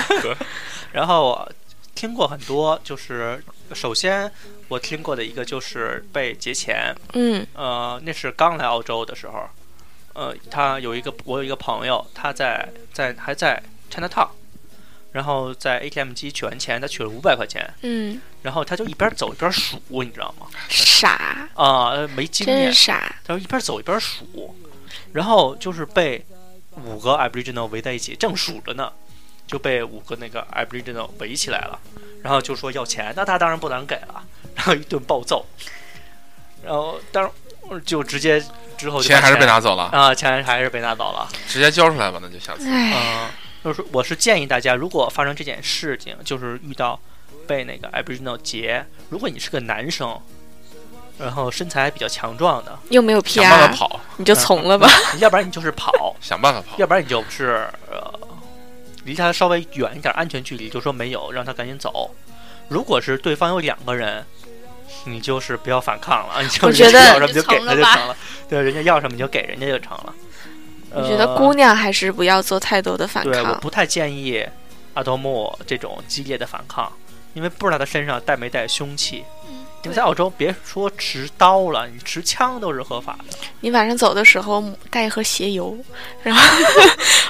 Speaker 1: 然后我听过很多，就是首先我听过的一个就是被劫钱，
Speaker 3: 嗯
Speaker 1: 呃，那是刚来澳洲的时候，呃，他有一个我有一个朋友，他在在还在 Chinatown，然后在 ATM 机取完钱，他取了五百块钱，
Speaker 3: 嗯，
Speaker 1: 然后他就一边走一边数，你知道吗？
Speaker 3: 傻，
Speaker 1: 啊、呃没经
Speaker 3: 真
Speaker 1: 验
Speaker 3: 是，傻。
Speaker 1: 他就一边走一边数，然后就是被五个 Aboriginal 围在一起，正数着呢，就被五个那个 Aboriginal 围起来了，然后就说要钱，那他当然不能给了，然后一顿暴揍，然后当然就直接之后就
Speaker 4: 钱
Speaker 1: 把
Speaker 4: 还是被拿走了，
Speaker 1: 啊，钱还是被拿走了。
Speaker 4: 直接交出来吧，那就下次。
Speaker 1: 嗯、
Speaker 3: 唉，
Speaker 1: 就是我是建议大家，如果发生这件事情，就是遇到被那个 Aboriginal 劫，如果你是个男生，然后身材比较强壮的，
Speaker 3: 又没有
Speaker 4: 想办
Speaker 3: PR，
Speaker 4: 法跑，
Speaker 3: 你就从了吧。
Speaker 1: 要不然你就是跑。
Speaker 4: 想办法跑。
Speaker 1: 要不然你就是呃，离他稍微远一点，安全距离就说没有，让他赶紧走。如果是对方有两个人，你就是不要反抗了，你就
Speaker 3: 我
Speaker 1: 人
Speaker 3: 觉
Speaker 1: 家
Speaker 3: 得
Speaker 1: 要什么就给
Speaker 5: 就从
Speaker 1: 他
Speaker 5: 了
Speaker 1: 就
Speaker 5: 吧
Speaker 1: 成了，对，人家要什么你就给人家就成了。
Speaker 3: 我觉得
Speaker 1: 呃
Speaker 3: 姑娘还是不要做太多的反
Speaker 1: 对，啊我
Speaker 3: 抗。
Speaker 1: 不太建议阿多木这种激烈的反抗，因为不知道他身上带没带凶器。
Speaker 5: 嗯，
Speaker 1: 你
Speaker 5: 对
Speaker 1: 们在澳洲别说持刀了，你持枪都是合法的。
Speaker 3: 你晚上走的时候带一盒鞋油，然后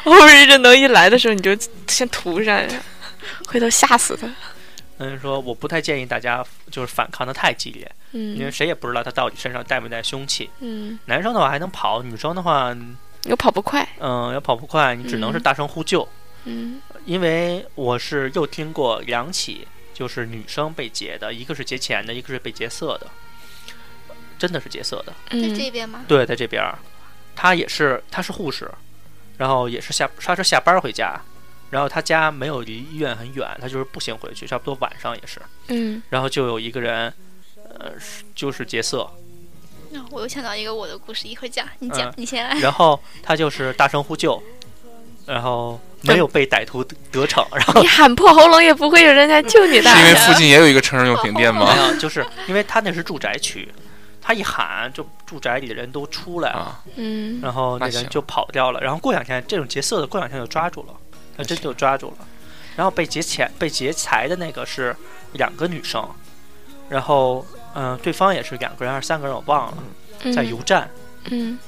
Speaker 3: 后边这能一来的时候你就先涂上，回头吓死他。
Speaker 1: 所以说，我不太建议大家就是反抗的太激烈，因为
Speaker 3: 嗯
Speaker 1: 谁也不知道他到底身上带没带凶器。
Speaker 3: 嗯，
Speaker 1: 男生的话还能跑，女生的话，嗯、
Speaker 3: 又跑不快。
Speaker 1: 要跑不快，你只能是大声呼救。
Speaker 3: 嗯
Speaker 1: 因为我是又听过两起，就是女生被劫的，一个是劫钱的，一个是被劫色的，真的是劫色的。
Speaker 5: 在
Speaker 3: 嗯
Speaker 5: 这边吗？
Speaker 1: 对，在这边儿，她也是，她是护士，然后也是下，她是下班回家，然后她家没有离医院很远，她就是步行回去，差不多晚上也是，
Speaker 3: 嗯，
Speaker 1: 然后就有一个人，呃，是就是劫色，
Speaker 5: 那我又想到一个我的故事，一会儿讲，你讲
Speaker 1: 嗯，
Speaker 5: 你先来。
Speaker 1: 然后他就是大声呼救，然后没有被歹徒得得逞，然后
Speaker 3: 你喊破喉咙也不会有人来救你的
Speaker 4: 是。因为附近也有一个成人用品店吗
Speaker 1: 没？有，就是因为他那是住宅区，他一喊就住宅里的人都出来了，
Speaker 4: 啊，
Speaker 3: 嗯，
Speaker 1: 然后那
Speaker 4: 那
Speaker 1: 人
Speaker 4: 行
Speaker 1: 就跑掉了。然后过两天这种劫色的过两天就抓住了，他真就抓住了。然后被劫钱被劫财的那个是两个女生，然后嗯、呃对方也是两个人还是三个人我忘了，
Speaker 3: 嗯
Speaker 1: 在油站，
Speaker 3: 嗯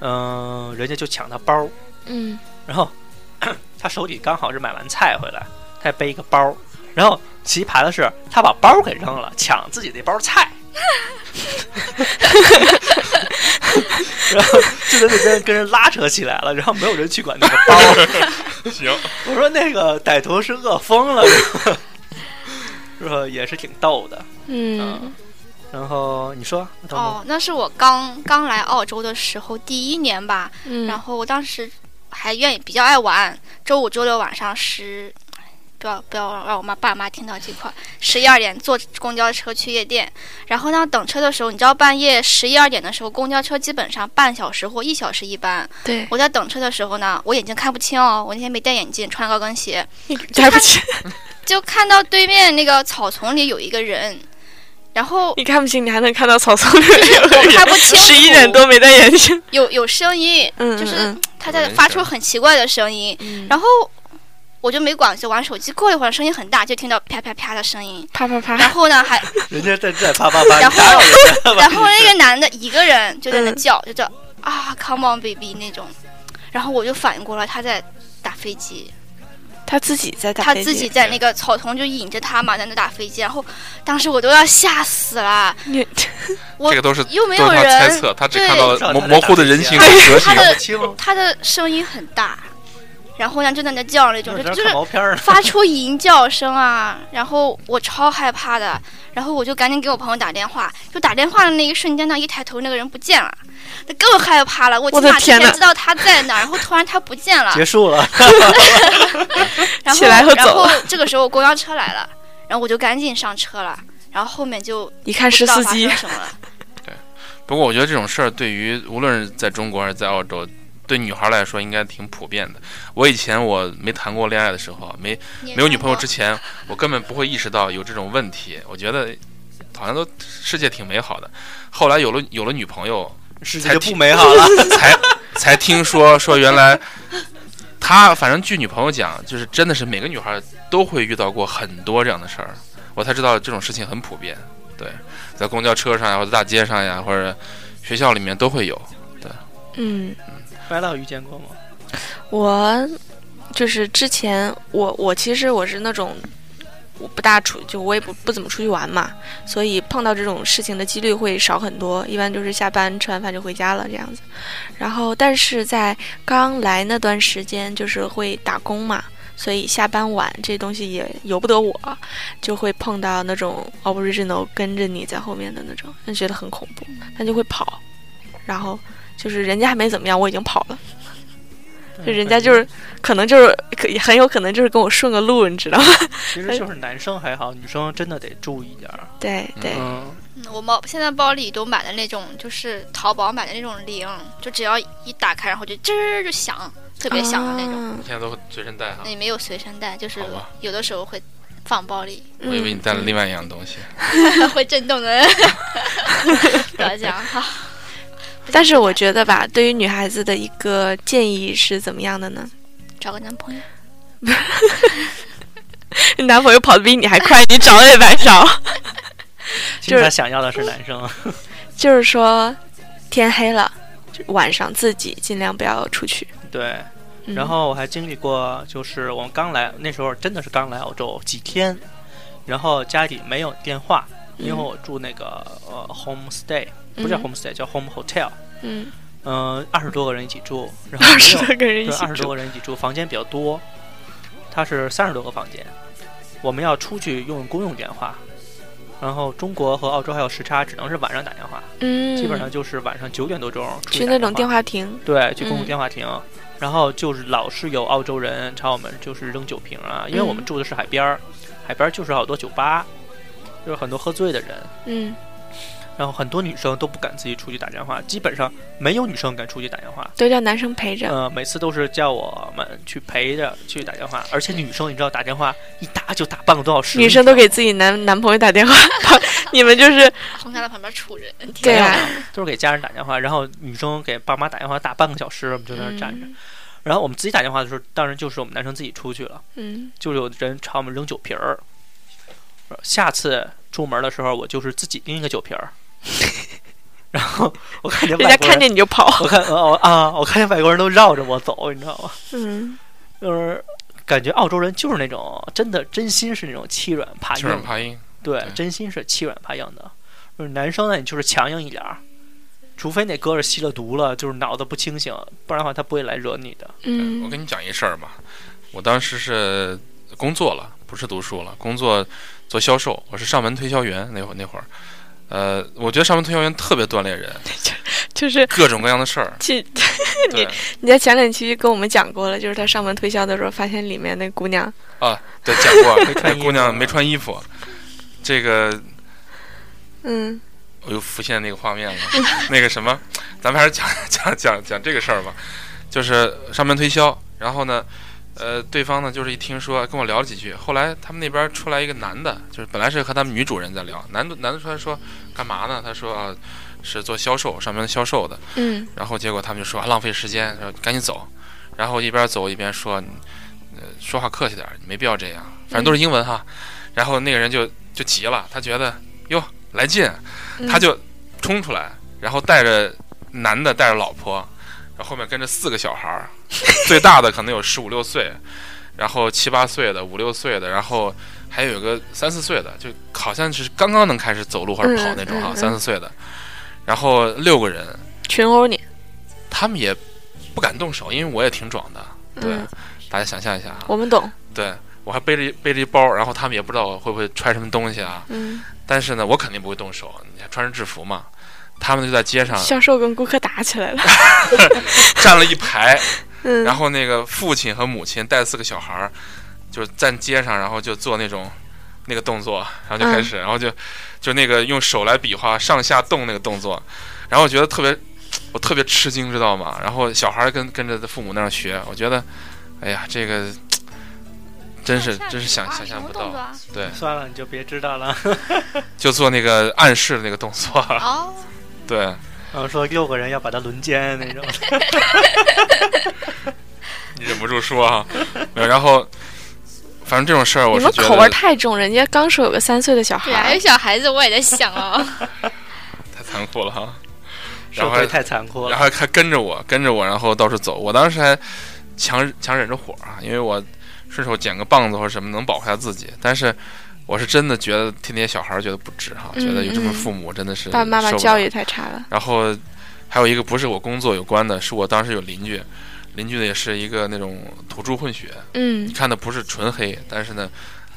Speaker 1: 嗯、人家就抢他包，
Speaker 3: 嗯
Speaker 1: 然后 他手里刚好是买完菜回来，他还背一个包，然后奇葩的是他把包给扔了，抢自己那包菜。然后就在那边跟人拉扯起来了，然后没有人去管那 个包。
Speaker 4: 行，
Speaker 1: 我说那个歹徒是饿疯了， 是吧？是吧？也是挺逗的。
Speaker 3: 嗯
Speaker 1: 然后你说，那倒
Speaker 5: 哦，那是我刚刚来澳洲的时候第一年吧，
Speaker 3: 嗯，
Speaker 5: 然后我当时还愿意比较爱玩，周五、周六晚上十，不要不要让我妈爸妈听到这块，十一二点坐公交车去夜店，然后呢等车的时候，你知道半夜十一二点的时候，公交车基本上半小时或一小时一班。
Speaker 3: 对，
Speaker 5: 我在等车的时候呢，我眼睛看不清哦，我那天没戴眼镜，穿高跟鞋，
Speaker 3: 你对不起，
Speaker 5: 就看到对面那个草丛里有一个人，然后
Speaker 3: 你看不清，你还能看到草丛里有个
Speaker 5: 我看
Speaker 3: 人。
Speaker 5: 不清楚，
Speaker 3: 十一点多没戴眼镜，
Speaker 5: 有有声音，
Speaker 3: 嗯，
Speaker 5: 就是
Speaker 3: 嗯
Speaker 5: 他在发出很奇怪的声音，
Speaker 3: 嗯
Speaker 5: 然后我就没管，就玩手机。过一会儿声音很大，就听到啪啪啪的声音。
Speaker 3: 啪啪啪，
Speaker 5: 然后呢， 还
Speaker 1: 人家在这啪啪啪，
Speaker 5: 然后
Speaker 1: 打扰人家吧
Speaker 5: 然后那个男的一个人就在那
Speaker 3: 嗯
Speaker 5: 叫，就叫啊，Come on baby 那种。然后我就反应过来，他在打飞机，
Speaker 3: 他自己在打
Speaker 5: 他
Speaker 3: 飞
Speaker 5: 自
Speaker 3: 机
Speaker 5: 己在那个草丛就引着他嘛，在那打飞机。然后当时我都要吓死了，
Speaker 3: 你
Speaker 5: 我
Speaker 4: 这个都是
Speaker 5: 又没
Speaker 4: 都
Speaker 5: 有
Speaker 4: 是他猜
Speaker 5: 人，
Speaker 4: 测，他只
Speaker 5: 对
Speaker 4: 看到
Speaker 1: 知道
Speaker 4: 了模
Speaker 1: 他在
Speaker 4: 模
Speaker 1: 打
Speaker 4: 糊的
Speaker 1: 飞
Speaker 4: 人
Speaker 1: 机
Speaker 4: 形
Speaker 3: 哎
Speaker 1: 啊
Speaker 4: 和蛇形
Speaker 5: 他。的
Speaker 1: 亲吗？
Speaker 5: 他的声音很大，然后呢就在那叫那种，
Speaker 1: 在
Speaker 5: 就
Speaker 1: 这儿
Speaker 5: 就
Speaker 1: 看
Speaker 5: 是
Speaker 1: 毛片 儿呢，
Speaker 5: 发出吟叫声啊，然后我超害怕的，然后我就赶紧给我朋友打电话，就打电话的那一瞬间呢，一抬头那个人不见了，那更害怕了。我起
Speaker 3: 我的
Speaker 5: 码之
Speaker 3: 天
Speaker 5: 前
Speaker 3: 呐
Speaker 5: 知道他在哪儿，然后突然他不见了，
Speaker 1: 结束了。
Speaker 5: 然后
Speaker 3: 起来后
Speaker 5: 然
Speaker 3: 走
Speaker 5: 后这个时候公交车来了，然后我就赶紧上车了，然后后面就
Speaker 3: 一
Speaker 5: 不
Speaker 3: 看
Speaker 5: 知
Speaker 3: 是
Speaker 5: 道
Speaker 3: 司
Speaker 5: 发
Speaker 3: 机
Speaker 5: 生，什么了。
Speaker 4: 不过我觉得这种事儿对于无论是在中国还是在澳洲，对女孩来说应该挺普遍的。我以前我没谈过恋爱的时候，啊没
Speaker 5: 没
Speaker 4: 没有女朋友之前，我根本不会意识到有这种问题。我觉得好像都世界挺美好的。后来有了有了女朋友，
Speaker 1: 世界就不美好了。
Speaker 4: 才 才听说说原来他，反正据女朋友讲，就是真的是每个女孩都会遇到过很多这样的事儿，我才知道这种事情很普遍。对，在公交车上呀，或者大街上呀，或者学校里面都会有。
Speaker 3: 嗯，
Speaker 1: 白老遇见过 吗？
Speaker 3: 我就是之前我我其实我是那种我不大出就我也不不怎么出去玩嘛，所以碰到这种事情的几率会少很多，一般就是下班吃完饭就回家了这样子。然后但是在刚来那段时间就是会打工嘛。所以下班晚这东西也由不得我，就会碰到那种哦 original 跟着你在后面的那种，就觉得很恐怖，他就会跑，然后就是人家还没怎么样，我已经跑了。就人家就是，可能就是可也很有可能就是跟我顺个路，你知道吗？
Speaker 1: 其
Speaker 3: 哎
Speaker 1: 实就是男生还好，女生真的得注意点儿。
Speaker 3: 对对，
Speaker 1: 嗯，
Speaker 5: 嗯我包现在包里都买的那种，就是淘宝买的那种铃，就只要一打开，然后就吱儿就响，特别响的那种。
Speaker 3: 种。
Speaker 4: 现在都随身带哈
Speaker 3: 啊
Speaker 5: 那也没有随身带，就是
Speaker 4: 好吧
Speaker 5: 有的时候会放包里，
Speaker 1: 嗯
Speaker 3: 嗯
Speaker 4: 我以为你带了另外一样东西。
Speaker 5: 会震动 的。不要这样哈。
Speaker 3: 但是我觉得吧，对于女孩子的一个建议是怎么样的呢？
Speaker 5: 找个男朋友，
Speaker 3: 你男朋友跑得比你还快，你找也白找。
Speaker 1: 其实他想要的是男生。
Speaker 3: 就是说，天黑了，就晚上自己尽量不要出去。
Speaker 1: 对，
Speaker 3: 嗯
Speaker 1: 然后我还经历过，就是我们刚来那时候，真的是刚来澳洲几天，然后家里没有电话，因为我住那个呃 home stay，不叫
Speaker 3: 嗯
Speaker 1: home stay，叫 home hotel，
Speaker 3: 嗯，
Speaker 1: 嗯，二十多个人一起住，然后
Speaker 3: 二十
Speaker 1: 没有
Speaker 3: 多个人一
Speaker 1: 对，
Speaker 3: 起
Speaker 1: 二十多
Speaker 3: 住，
Speaker 1: 个人一起住，房间比较多，它是三十多个房间，我们要出去用公用电话，然后中国和澳洲还有时差，只能是晚上打电话，
Speaker 3: 嗯，
Speaker 1: 基本上就是晚上九点多钟出
Speaker 3: 去那种
Speaker 1: 打
Speaker 3: 电话亭。
Speaker 1: 对，去公
Speaker 3: 嗯
Speaker 1: 共电话亭，然后就是老是有澳洲人朝我们就是扔酒瓶啊，因为我们
Speaker 3: 嗯
Speaker 1: 住的是海边儿，海边儿就是好多酒吧，就是很多喝醉的人，
Speaker 3: 嗯，
Speaker 1: 然后很多女生都不敢自己出去打电话，基本上没有女生敢出去打电话，
Speaker 3: 都叫男生陪着。
Speaker 1: 呃，每次都是叫我们去陪着去打电话，而且女生你知道打电话一打就打半个多小时，
Speaker 3: 女生都给自己男男朋友打电话， 你们就是
Speaker 5: 红山的旁边杵人，
Speaker 3: 对啊，
Speaker 1: 都是 给家人打电话，然后女生给爸妈打电话打半个小时，我们就在那儿站着，
Speaker 3: 嗯
Speaker 1: 然后我们自己打电话的时候，当然就是我们男生自己出去了。
Speaker 3: 嗯，
Speaker 1: 就有人朝我们扔酒瓶儿。呃下次出门的时候，我就是自己拎一个酒瓶 儿，然后我看见
Speaker 3: 人
Speaker 1: 外
Speaker 3: 家
Speaker 1: 国
Speaker 3: 看
Speaker 1: 人，
Speaker 3: 见你就跑。
Speaker 1: 我看我啊，我看见外国人都绕着我走，你知道吗？
Speaker 3: 嗯，
Speaker 1: 就是感觉澳洲人就是那种真的真心是那种欺软怕
Speaker 4: 欺
Speaker 1: 硬，
Speaker 4: 软怕硬，
Speaker 1: 对
Speaker 4: 对，
Speaker 1: 真心是欺软怕硬的。就是男生呢，你就是强硬一点儿，除非那哥是吸了毒了，就是脑子不清醒，不然的话他不会来惹你的。
Speaker 4: 我
Speaker 3: 嗯，
Speaker 4: 跟你讲一事儿吧，我当时是工作了，不是读书了，工作做销售，我是上门推销员那会儿那会儿，呃，我觉得上门推销员特别锻炼 人，
Speaker 3: 就是
Speaker 4: 各种各样的事儿。
Speaker 3: 去
Speaker 4: 对
Speaker 3: 你在前两期跟我们讲过了，就是他上门推销的时候，发现里面那姑娘，
Speaker 4: 对，讲过，
Speaker 1: 没
Speaker 4: 那
Speaker 1: 穿衣
Speaker 4: 姑娘
Speaker 1: 服
Speaker 4: 没穿衣服，这个
Speaker 3: 嗯，
Speaker 4: 我又浮现那个画面了。那个什么，咱们还是讲讲讲讲这个事儿吧，就是上门推销。然后呢，呃，对方呢就是一听说跟我聊了几句，后来他们那边出来一个男的，就是本来是和他们女主人在聊，男的男的出来说干嘛呢？他说啊，是做销售，上门销售的。
Speaker 3: 嗯
Speaker 4: 然后结果他们就说、啊浪费时间，说赶紧走。然后一边走一边说，呃说话客气点儿，你没必要这样，反正都是英文哈。然后那个人就就急了，他觉得哟来劲，啊
Speaker 3: 嗯
Speaker 4: 他就冲出来，然后带着男的带着老婆，然后后面跟着四个小孩儿，最大的可能有十五六岁，然后七八岁的、五六岁的，然后还有个三四岁的，就好像是刚刚能开始走路或者跑那
Speaker 3: 嗯
Speaker 4: 种
Speaker 3: 嗯
Speaker 4: 哈，
Speaker 3: 嗯
Speaker 4: 三四岁的，然后六个人，
Speaker 3: 群殴你，
Speaker 4: 他们也不敢动手，因为我也挺壮的，对，
Speaker 3: 嗯
Speaker 4: 大家想象一下哈，
Speaker 3: 我们懂，
Speaker 4: 对我还背着一背着一包，然后他们也不知道我会不会揣什么东西啊，
Speaker 3: 嗯，
Speaker 4: 但是呢，我肯定不会动手，你还穿着制服嘛，他们就在街上
Speaker 3: 销售跟顾客打起 来了，
Speaker 4: 站了一排，
Speaker 3: 嗯，
Speaker 4: 然后那个父亲和母亲带四个小孩儿，就是站街上，然后就做那种那个动作，然后就
Speaker 3: 嗯
Speaker 4: 开始，然后就就那个用手来比划上下动那个动作，然后我觉得特别，我特别吃惊，知道吗？然后小孩儿跟跟着父母那样学，我觉得，哎呀，这个真是真是想想象不
Speaker 5: 动作
Speaker 4: 到，
Speaker 5: 啊！
Speaker 4: 对，
Speaker 1: 算了，你就别知道了。
Speaker 4: 就做那个暗示的那个动作，
Speaker 5: 哦，
Speaker 4: 对，
Speaker 1: 然后说六个人要把他轮奸那 种，
Speaker 4: 你忍不住说啊，没有，然后。反正这种事儿，我
Speaker 3: 你
Speaker 4: 是
Speaker 3: 们
Speaker 4: 觉得
Speaker 3: 口味太重，人家刚说有个三岁的小孩
Speaker 5: 对啊，
Speaker 3: 儿
Speaker 5: 有，小孩子我也在想哦。
Speaker 4: 太残酷了哈。
Speaker 1: 社
Speaker 4: 然后还
Speaker 1: 会太残酷
Speaker 4: 然
Speaker 1: 了。
Speaker 4: 后还跟着我，跟着我，然后到处走。我当时还强强忍着火啊，因为我顺手捡个棒子或者什么能保护下自己。但是我是真的觉得天天小孩儿觉得不值哈、
Speaker 3: 嗯
Speaker 4: 觉得有这么父母真的是
Speaker 3: 爸爸妈妈
Speaker 4: 受不了
Speaker 3: 教育。太差了，
Speaker 4: 然后还有一个不是我工作有关的，是我当时有邻居，邻居呢也是一个那种土著混血，
Speaker 3: 嗯
Speaker 4: 看的不是纯黑，但是呢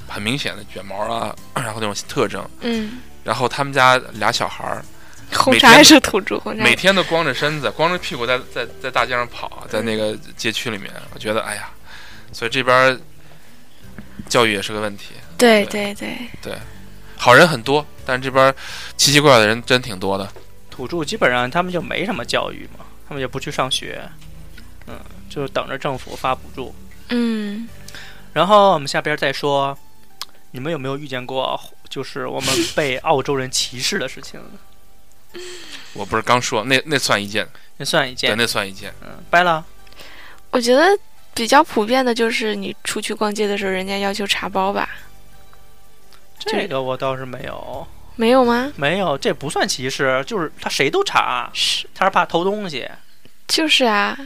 Speaker 4: 很明显的卷毛啊， 然后那种特征。
Speaker 3: 嗯，
Speaker 4: 然后他们家俩小孩儿
Speaker 3: 红
Speaker 4: 每
Speaker 3: 茶
Speaker 4: 天
Speaker 3: 还是土著红茶
Speaker 4: 每，天都光着身子，光着屁股在在在大街上跑，在那个街区里面，我觉得哎呀，所以这边儿教育也是个问题。
Speaker 3: 对对对，
Speaker 4: 好人很多，但这边儿奇奇怪怪的人真挺多的。
Speaker 1: 土著基本上他们就没什么教育嘛，他们也不去上学，嗯，就等着政府发补助。
Speaker 3: 嗯，
Speaker 1: 然后我们下边再说，你们有没有遇见过就是我们 被澳洲人歧视的事情？
Speaker 4: 我不是刚说那那算一件，
Speaker 1: 那算一
Speaker 4: 对，
Speaker 1: 件，
Speaker 4: 那算一件。
Speaker 1: 嗯，掰了。
Speaker 3: 我觉得比较普遍的就是你出去逛街的时候，人家要求茶包吧？
Speaker 1: 这个我倒是没有，
Speaker 3: 没有吗？
Speaker 1: 没有，这不算歧视，就是他谁都查，
Speaker 3: 是，
Speaker 1: 他是怕偷东西，
Speaker 3: 就是啊，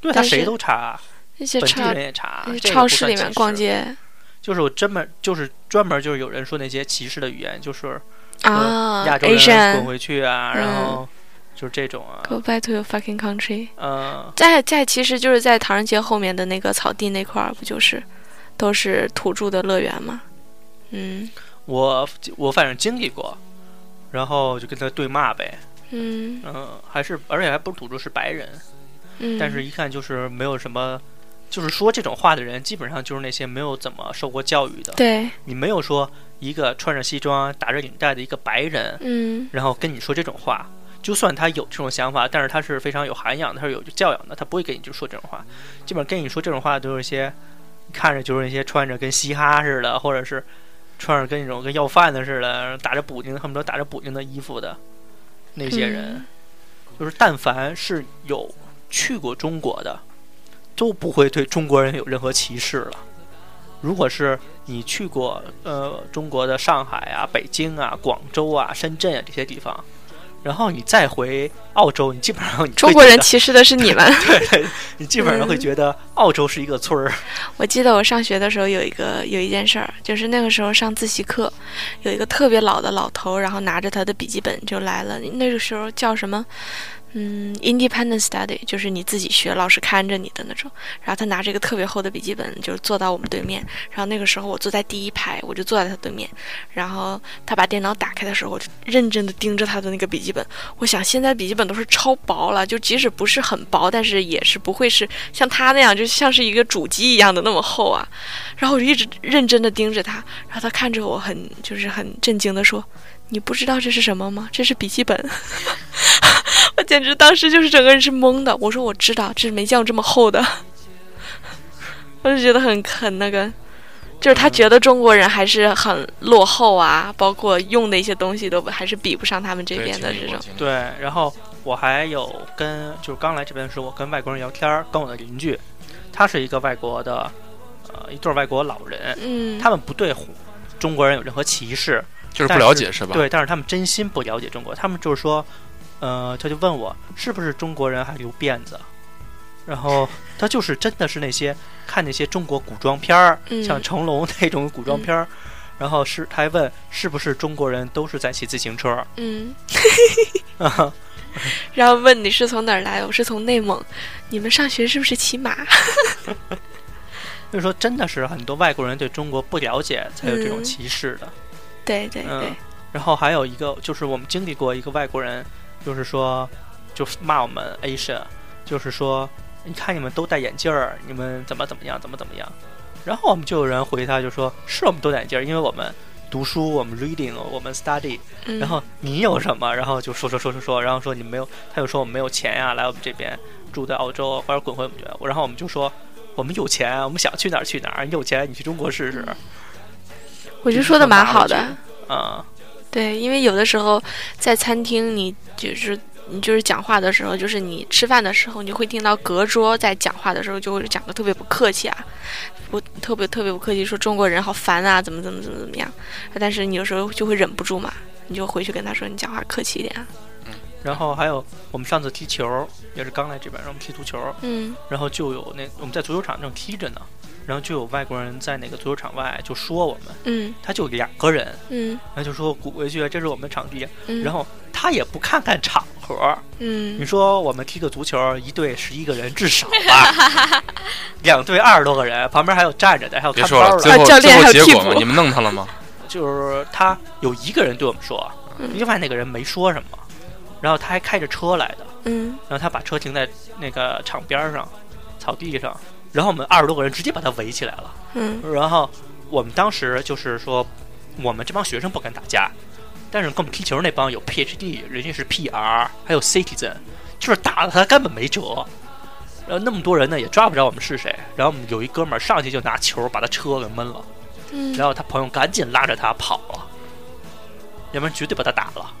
Speaker 1: 对他
Speaker 3: 但是
Speaker 1: 谁都查，
Speaker 3: 那些
Speaker 1: 本地
Speaker 3: 超
Speaker 1: 人也查
Speaker 3: 那，些
Speaker 1: 这个
Speaker 3: 超
Speaker 1: 不
Speaker 3: 市
Speaker 1: 算
Speaker 3: 里面
Speaker 1: 歧
Speaker 3: 逛
Speaker 1: 视，
Speaker 3: 街
Speaker 1: 就是我专门就是专门就是有人说那些歧视的语言，就是
Speaker 3: 啊
Speaker 1: 亚洲人滚
Speaker 3: ，Asian。
Speaker 1: 回去啊，然
Speaker 3: 嗯
Speaker 1: 后就是这种啊，
Speaker 3: Go back to your fucking country。
Speaker 1: 嗯，
Speaker 3: 在在其实就是在唐人街后面的那个草地那块儿，不就是都是土著的乐园吗？嗯
Speaker 1: 我我反正经历过，然后就跟他对骂呗，
Speaker 3: 嗯
Speaker 1: 嗯，还是而且还不是土著，是白人，
Speaker 3: 嗯。
Speaker 1: 但是一看就是没有什么，就是说这种话的人，基本上就是那些没有怎么受过教育的。
Speaker 3: 对，
Speaker 1: 你没有说一个穿着西装、打着领带的一个白人，
Speaker 3: 嗯
Speaker 1: 然后跟你说这种话，就算他有这种想法，但是他是非常有涵养的，他是有教养的，他不会跟你就说这种话。基本上跟你说这种话都是一些看着就是一些穿着跟嘻哈似的，或者是穿着跟那种跟要饭的似的，打着补丁，恨不得打着补丁的衣服的那些人。
Speaker 3: 嗯
Speaker 1: 就是但凡是有去过中国的，都不会对中国人有任何歧视了。如果是你去过呃中国的上海啊、北京啊、广州啊、深圳啊这些地方，然后你再回澳洲，你基本上你会
Speaker 3: 中国人
Speaker 1: 觉
Speaker 3: 歧视的是你们。
Speaker 1: 得你基本上会觉得澳洲是一个村儿。
Speaker 3: 我记得我上学的时候有一个有一件事儿，就是那个时候上自习课，有一个特别老的老头，然后拿着他的笔记本就来了。那个时候叫什么？嗯，independent study 就是你自己学，老师看着你的那种。然后他拿着一个特别厚的笔记本，就是坐到我们对面。然后那个时候我坐在第一排，我就坐在他对面。然后他把电脑打开的时候，我就认真的盯着他的那个笔记本。我想现在笔记本都是超薄了，就即使不是很薄，但是也是不会是像他那样，就像是一个主机一样的那么厚啊。然后我就一直认真的盯着他，然后他看着我很就是很震惊的说：“你不知道这是什么吗？这是笔记本。” 我简直当时就是整个人是懵的。我说我知道，这是没见过这么厚的。 我就觉得很很那个，就是他觉得中国人还是很落后啊，包括用的一些东西都还是比不上他们这
Speaker 4: 对，
Speaker 3: 边的这种。
Speaker 1: 对，然后我还有跟就是刚来这边的时候，我跟外国人聊天儿，跟我的邻居，他是一个外国的，呃一对儿外国老人，
Speaker 3: 嗯，
Speaker 1: 他们不对中国人有任何歧视，
Speaker 4: 就是不了解是吧？
Speaker 1: 对，但是他们真心不了解中国，他们就是说，呃，他就问我是不是中国人还留辫子，然后他就是真的是那些看那些中国古装片儿，
Speaker 3: 嗯
Speaker 1: 像成龙那种古装片儿，然后是他还问是不是中国人都是在骑自行车，
Speaker 3: 嗯，
Speaker 1: 啊，
Speaker 3: 然后问你是从哪儿来，我是从内蒙，你们上学是不是骑马？
Speaker 1: 就是说真的是很多外国人对中国不了解才有这种
Speaker 3: 嗯
Speaker 1: 歧视的。
Speaker 3: 对对
Speaker 1: 嗯
Speaker 3: 对，
Speaker 1: 然后还有一个就是我们经历过一个外国人，就是说就骂我们 Asian，就是说你看你们都戴眼镜儿，你们怎么怎么样，怎么怎么样。然后我们就有人回他，就说是我们都戴眼镜儿，因为我们读书，我们 reading，我们 study。
Speaker 3: 嗯，
Speaker 1: 然后你有什么？然后就说说说说说，然后说你没有，他就说我们没有钱呀、来我们这边住在澳洲，或者滚回我们这边。然后我们就说我们有钱，我们想去哪儿去哪儿，你有钱你去中国试试
Speaker 3: 嗯我觉得说的蛮好
Speaker 1: 就是
Speaker 3: 的，
Speaker 1: 啊、
Speaker 3: 对，因为有的时候在餐厅，你就是你就是讲话的时候，就是你吃饭的时候，你会听到隔桌在讲话的时候，就会讲的特别不客气啊，不特别特别不客气，说中国人好烦啊，怎么怎么怎么怎么样。但是你有时候就会忍不住嘛，你就回去跟他说，你讲话客气一点啊。
Speaker 1: 然后还有我们上次踢球，也是刚来这边，然后我们踢足球，
Speaker 3: 嗯
Speaker 1: 然后就有那我们在足球场正踢着呢，然后就有外国人在那个足球场外就说我们，
Speaker 3: 嗯
Speaker 1: 他就两个人，
Speaker 3: 嗯
Speaker 1: 然后就说滚回啊去，这是我们的场地，
Speaker 3: 嗯，
Speaker 1: 然后他也不看看场合，你
Speaker 3: 嗯
Speaker 1: 说我们踢个足球，一队十一个人至少吧， 两队二十多个人，旁边还有站着的，还有
Speaker 4: 别
Speaker 1: 看
Speaker 4: 说
Speaker 1: 包
Speaker 4: 了，最
Speaker 1: 的，
Speaker 4: 后
Speaker 3: 啊教练
Speaker 4: 最
Speaker 3: 还有
Speaker 4: 后结果
Speaker 3: 替补
Speaker 4: 嘛，你们弄他了吗？
Speaker 1: 就是他有一个人对我们说，
Speaker 3: 嗯
Speaker 1: 另外那个人没说什么，然后他还开着车来的，
Speaker 3: 嗯
Speaker 1: 然后他把车停在那个场边儿上，草地上，然后我们二十多个人直接把他围起来了。
Speaker 3: 嗯
Speaker 1: 然后我们当时就是说，我们这帮学生不敢打架，但是跟我们踢球那帮有 PhD，人家是 PR，还有 Citizen，就是打了他根本没辙。然后那么多人呢，也抓不着我们是谁。然后我们有一哥们儿上去就拿球把他车给闷了，然
Speaker 3: 嗯，
Speaker 1: 后他朋友赶紧拉着他跑了，要不然绝对把他打了。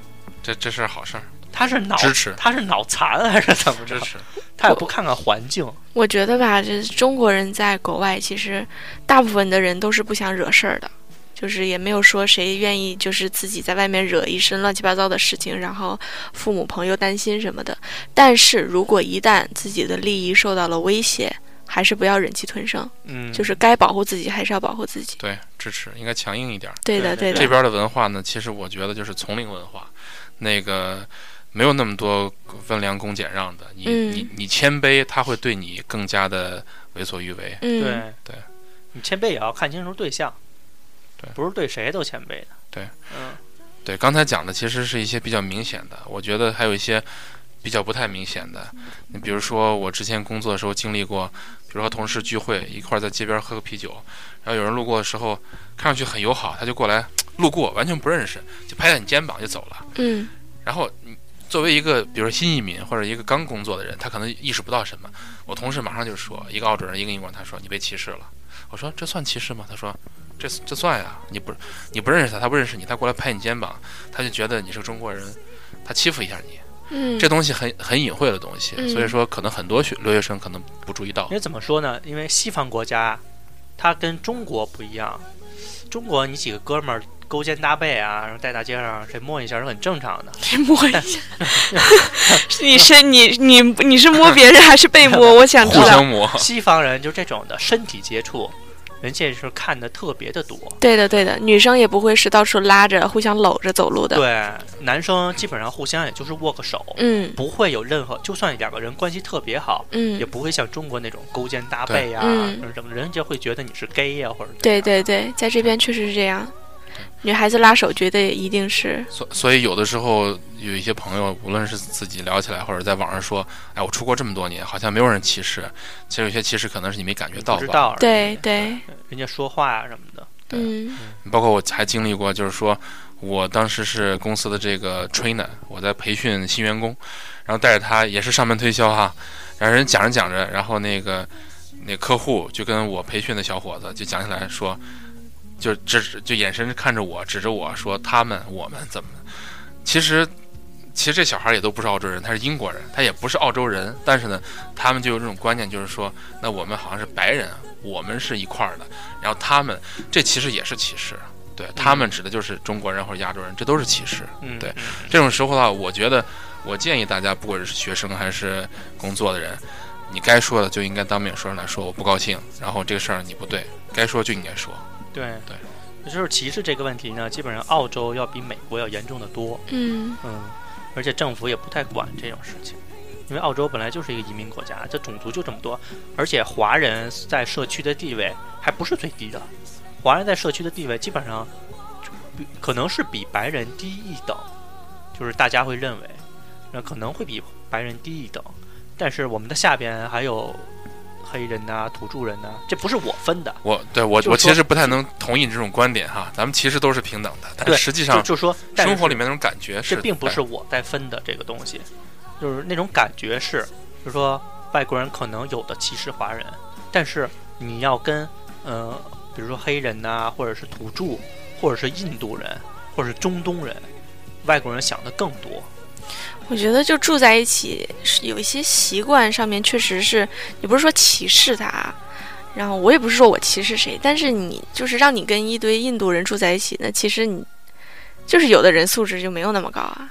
Speaker 4: 这这是好事儿，
Speaker 1: 他是脑
Speaker 4: 支持
Speaker 1: 他是脑残还是 怎么着
Speaker 4: 支？持。
Speaker 1: 他也不看看环境，
Speaker 3: 我觉得吧，这中国人在国外其实大部分的人都是不想惹事儿的。就是也没有说谁愿意，就是自己在外面惹一身乱七八糟的事情，然后父母朋友担心什么的。但是如果一旦自己的利益受到了威胁，还是不要忍气吞声，
Speaker 1: 嗯，
Speaker 3: 就是该保护自己还是要保护自己。
Speaker 4: 对，支持应该强硬一点儿。
Speaker 3: 对的，
Speaker 1: 对
Speaker 3: 对
Speaker 1: 对
Speaker 4: 这
Speaker 3: 的，
Speaker 4: 边的文化呢，其实我觉得就是丛林文化，那个没有那么多温良恭俭让的。你、
Speaker 3: 嗯
Speaker 4: 你你谦卑，他会对你更加的为所欲为。
Speaker 3: 嗯，
Speaker 1: 对
Speaker 4: 对，
Speaker 1: 你谦卑也要看清楚对象，
Speaker 4: 对
Speaker 1: 不是对谁都谦卑的，
Speaker 4: 对，
Speaker 1: 嗯，
Speaker 4: 对，刚才讲的其实是一些比较明显的，我觉得还有一些比较不太明显的。你比如说，我之前工作的时候经历过，比如和同事聚会，一块儿在街边喝个啤酒，然后有人路过的时候，看上去很友好，他就过来路过，完全不认识，就拍拍你肩膀就走了。
Speaker 3: 嗯，
Speaker 4: 然后你作为一个比如说新移民或者一个刚工作的人，他可能意识不到什么。我同事马上就说，一个澳洲人，一个英国人，他说你被歧视了。我说这算歧视吗？他说这这算呀，你不你不认识他，他不认识你，他过来拍你肩膀，他就觉得你是个中国人，他欺负一下你。
Speaker 3: 嗯，
Speaker 4: 这东西很很隐晦的东西，
Speaker 3: 嗯
Speaker 4: 所以说可能很多学留学生可能不注意到
Speaker 1: 因。为怎么说呢？
Speaker 4: 哦
Speaker 1: 因为西方国家，它跟中国不一样，中国你几个哥们儿勾肩搭背啊，然后在大街上谁摸一下是很正常 的，
Speaker 3: 是摸一下， 你是你你你是摸别人还是被摸？我想知
Speaker 4: 互
Speaker 3: 道
Speaker 4: 相。磨，
Speaker 1: 西方人就这种的身体接触，人家是看的特别的多。
Speaker 4: 嗯
Speaker 3: 对的，对的，女生也不会是到处拉着、互相搂着走路的。
Speaker 1: 对，男生基本上互相也就是握个手，
Speaker 3: 嗯
Speaker 1: 不会有任何，就算两个人关系特别好，也
Speaker 3: 嗯，
Speaker 1: 不会像中国那种勾肩搭背啊，
Speaker 3: 嗯
Speaker 1: 什么人家会觉得你是 gay 呀、或者怎么
Speaker 3: 对
Speaker 1: 样
Speaker 3: 对对，在这边确实是这样。女孩子拉手，觉得一定是
Speaker 4: 所所以有的时候有一些朋友，无论是自己聊起来，或者在网上说，哎，我出国这么多年，好像没有人歧视。其实有些歧视可能是你没感觉到
Speaker 1: 不知
Speaker 4: 吧。
Speaker 1: 道而已
Speaker 3: 对对，
Speaker 1: 人家说话啊什么的，
Speaker 4: 对
Speaker 3: 嗯
Speaker 4: 包括我还经历过，就是说我当时是公司的这个 trainer，我在培训新员工，然后带着他也是上门推销哈，然后人讲着讲着，然后那个那客户就跟我培训的小伙子就讲起来说，就指就眼神看着我，指着我说他们我们怎么，其实。其实这小孩也都不是澳洲人，他是英国人，他也不是澳洲人，但是呢，他们就有这种观念，就是说，那我们好像是白人，啊我们是一块儿的，然后他们这其实也是歧视，对他们指的就是中国人或者亚洲人，这都是歧视。
Speaker 1: 嗯，
Speaker 4: 对
Speaker 1: 嗯，
Speaker 4: 这种时候的话，我觉得我建议大家，不管是学生还是工作的人，你该说的就应该当面说出来说，我不高兴，然后这个事儿你不对，该说就应该说。
Speaker 1: 对
Speaker 4: 对。
Speaker 1: 也就是歧视这个问题呢，基本上澳洲要比美国要严重的多，
Speaker 3: 嗯
Speaker 1: 嗯，而且政府也不太管这种事情，因为澳洲本来就是一个移民国家，这种族就这么多，而且华人在社区的地位还不是最低的，华人在社区的地位基本上就比可能是比白人低一等，就是大家会认为，那可能会比白人低一等，但是我们的下边还有黑人呐、土著人呐、这不是我分的，
Speaker 4: 我对我
Speaker 1: 就是说
Speaker 4: 我其实不太能同意你这种观点哈，咱们其实都是平等的，但
Speaker 1: 对
Speaker 4: 实际
Speaker 1: 就
Speaker 4: 上
Speaker 1: 就说但是
Speaker 4: 生活里面那种感觉是
Speaker 1: 这并不
Speaker 4: 哎
Speaker 1: 是我在分的这个东西，就是那种感觉是，就是说外国人可能有的歧视华人，但是你要跟呃，比如说黑人呐、或者是土著，或者是印度人，或者是中东人，外国人想的更多。
Speaker 3: 我觉得就住在一起，是有一些习惯上面确实是，也不是说歧视他，然后我也不是说我歧视谁，但是你就是让你跟一堆印度人住在一起，那其实你就是有的人素质就没有那么高啊。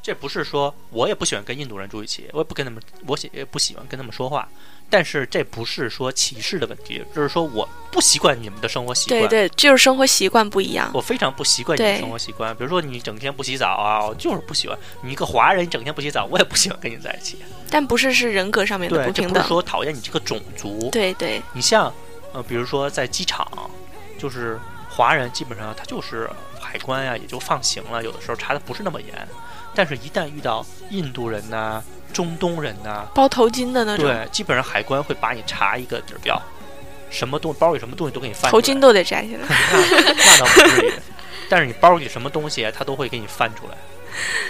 Speaker 1: 这不是说我也不喜欢跟印度人住一起，我也不跟他们，我喜也不喜欢跟他们说话。但是这不是说歧视的问题，就是说我不习惯你们的生活习惯。
Speaker 3: 对对，就是生活习惯不一样。
Speaker 1: 我非常不习惯你的
Speaker 3: 对
Speaker 1: 生活习惯，比如说你整天不洗澡啊，我就是不喜欢。你一个华人，你整天不洗澡，我也不喜欢跟你在一起。
Speaker 3: 但不是是人格上面的
Speaker 1: 对，
Speaker 3: 不
Speaker 1: 这
Speaker 3: 平
Speaker 1: 不是
Speaker 3: 等。
Speaker 1: 说讨厌你这个种族。
Speaker 3: 对对，
Speaker 1: 你像，呃，比如说在机场，就是华人基本上他就是海关呀、也就放行了，有的时候查的不是那么严。但是，一旦遇到印度人呐、中东人呐、
Speaker 3: 包头巾的那种，
Speaker 1: 对，基本上海关会把你查一个底儿标，什么东包里什么东西都给你翻出
Speaker 3: 头
Speaker 1: 来。
Speaker 3: 巾都得摘 下来。
Speaker 1: 那那倒不至于，但是你包里什么东西，他都会给你翻出来，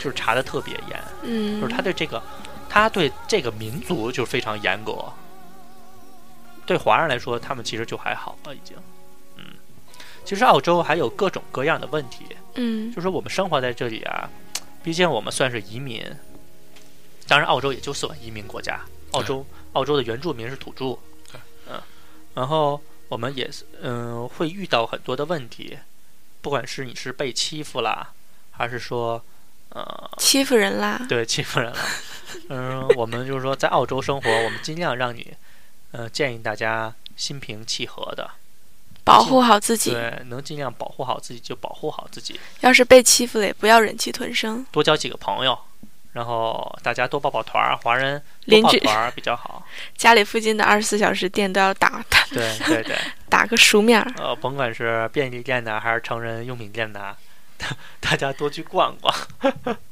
Speaker 1: 就是查的特别严，
Speaker 3: 嗯，
Speaker 1: 就是他对这个，他对这个民族就是非常严格。对华人来说，他们其实就还好了，已经。嗯，其实澳洲还有各种各样的问题，
Speaker 3: 嗯
Speaker 1: 就是我们生活在这里啊，毕竟我们算是移民，当然澳洲也就算移民国家，澳洲澳洲的原住民是土著，
Speaker 4: 对，
Speaker 1: 嗯，然后我们也是嗯、会遇到很多的问题，不管是你是被欺负啦，还是说呃
Speaker 3: 欺负人啦。
Speaker 1: 对欺负人了，嗯、我们就是说在澳洲生活，我们尽量让你呃建议大家心平气和的，
Speaker 3: 保护好自己，
Speaker 1: 对，能尽量保护好自己就保护好自己。
Speaker 3: 要是被欺负了也不要忍气吞声。
Speaker 1: 多交几个朋友，然后大家多抱抱团儿，华人多
Speaker 3: 邻
Speaker 1: 抱
Speaker 3: 居
Speaker 1: 团儿比较好。
Speaker 3: 家里附近的二十四小时店都要打打
Speaker 1: 对对对，
Speaker 3: 打个熟面儿。
Speaker 1: 呃，甭管是便利店呐，还是成人用品店呐， 大家多去逛逛。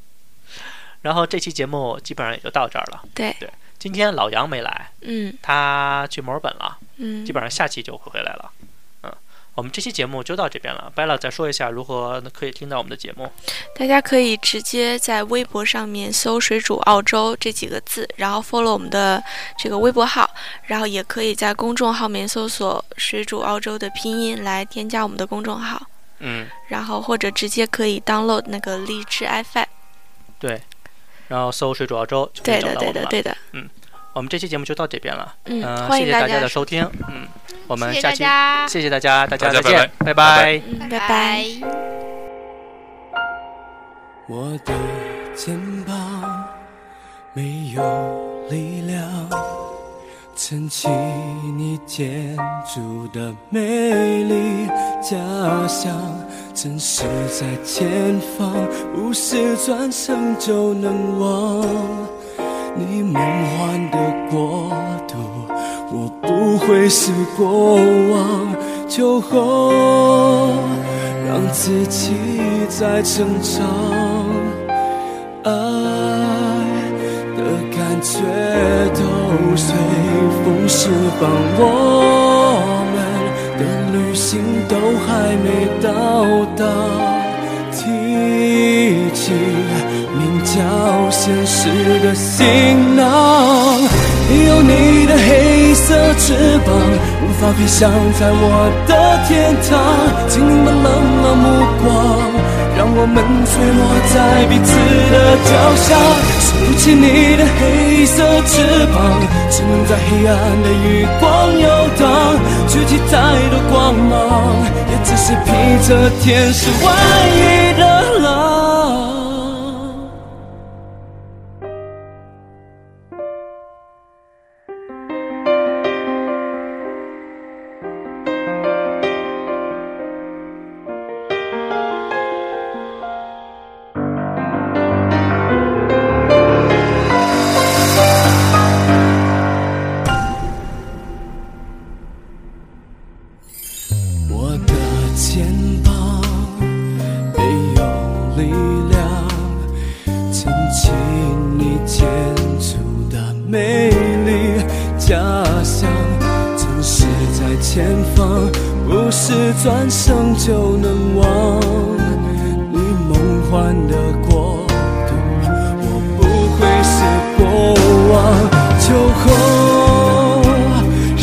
Speaker 1: 然后这期节目基本上也就到这儿了。
Speaker 3: 对
Speaker 1: 对，今天老杨没来，
Speaker 3: 嗯
Speaker 1: 他去墨尔本了，
Speaker 3: 嗯，
Speaker 1: 基本上下期就会回来了。嗯，我们这期节目就到这边了。白老再说一下如何可以听到我们的节目。
Speaker 3: 大家可以直接在微博上面搜“水煮澳洲”这几个字，然后 follow 我们的这个微博号，然后也可以在公众号面搜索“水煮澳洲”的拼音来添加我们的公众号，
Speaker 1: 嗯，
Speaker 3: 然后或者直接可以 download 那个荔枝 FM。
Speaker 1: 对。然后搜“水煮澳洲”就可以
Speaker 3: 对
Speaker 1: 找
Speaker 3: 的，
Speaker 1: 到我
Speaker 3: 对
Speaker 1: 们
Speaker 3: 的，
Speaker 1: 了。
Speaker 3: 对的。
Speaker 1: 我们这期节目就到这边了。
Speaker 3: 嗯，
Speaker 1: 嗯，
Speaker 3: 欢
Speaker 1: 谢
Speaker 3: 迎
Speaker 1: 谢大家
Speaker 3: 家
Speaker 1: 的，收听，嗯，我们
Speaker 5: 谢谢
Speaker 1: 下
Speaker 5: 大
Speaker 1: 期
Speaker 5: 家，
Speaker 1: 谢谢大家，大家
Speaker 4: 大
Speaker 1: 再
Speaker 4: 家
Speaker 1: 见，拜
Speaker 4: 拜
Speaker 1: 拜。
Speaker 3: 嗯，
Speaker 5: 拜
Speaker 3: 拜拜
Speaker 6: 我的肩膀没有力量撑起你建筑的美丽家乡，真实在前方，不是转身就能忘。你梦幻的国度，我不会是过往。酒后让自己在成长。爱的感觉都随风释放，我们的旅行都还没到达。提起名叫现实的行囊，有你的黑色翅膀，无法飞翔在我的天堂。请你们冷冷目光，让我们坠落在彼此的脚下。收不起你的黑色翅膀，只能在黑暗的余光游荡。举起再多光芒，也只是披着天使外衣的狼。我的肩膀没有力量撑起你建筑的美丽家乡。城市在前方，不是转身就能忘。你梦幻的国度，我不会是过往。秋后，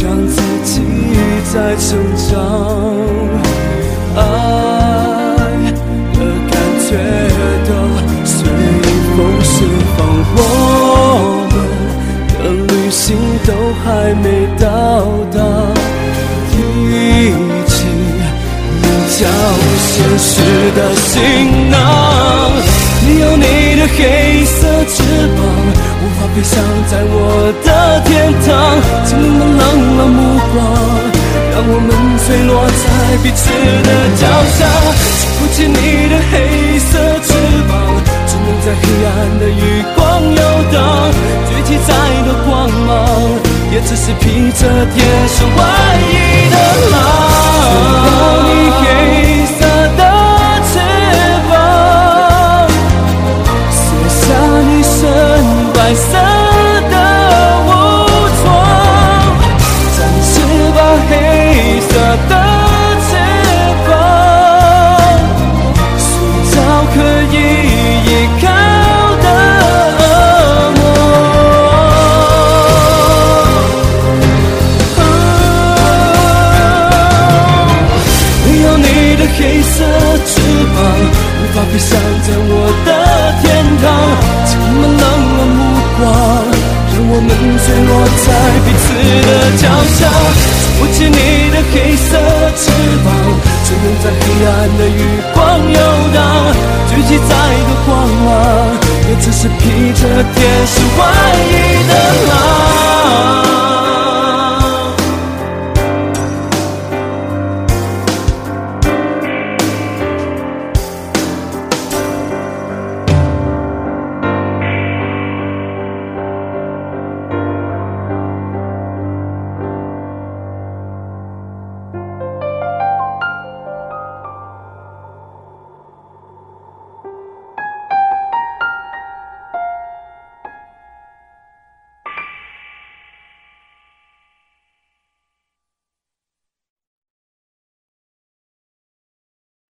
Speaker 6: 让自己再成长。爱的感觉都随风释放。我们的旅行都还没到达，一起鸣叫现实的行囊。你有你的黑色翅膀，无法飞翔在我的天堂。请你们冷冷目光。让我们坠落在彼此的脚下，触不起你的黑色翅膀，只能在黑暗的余光游荡。举起再多光芒，也只是披着天使外衣的狼。有你黑色的翅膀，卸下你身白色的武装。展翅吧，黑色的翅膀，寻找可以依靠的恶魔。没有你的黑色翅膀，无法飞翔在我的天堂。请你们冷冷目光，让我们坠落在彼此的脚下。握起你的黑色翅膀，只能在黑暗的余光游荡。啊举起再多光芒，也只是披着天使外衣的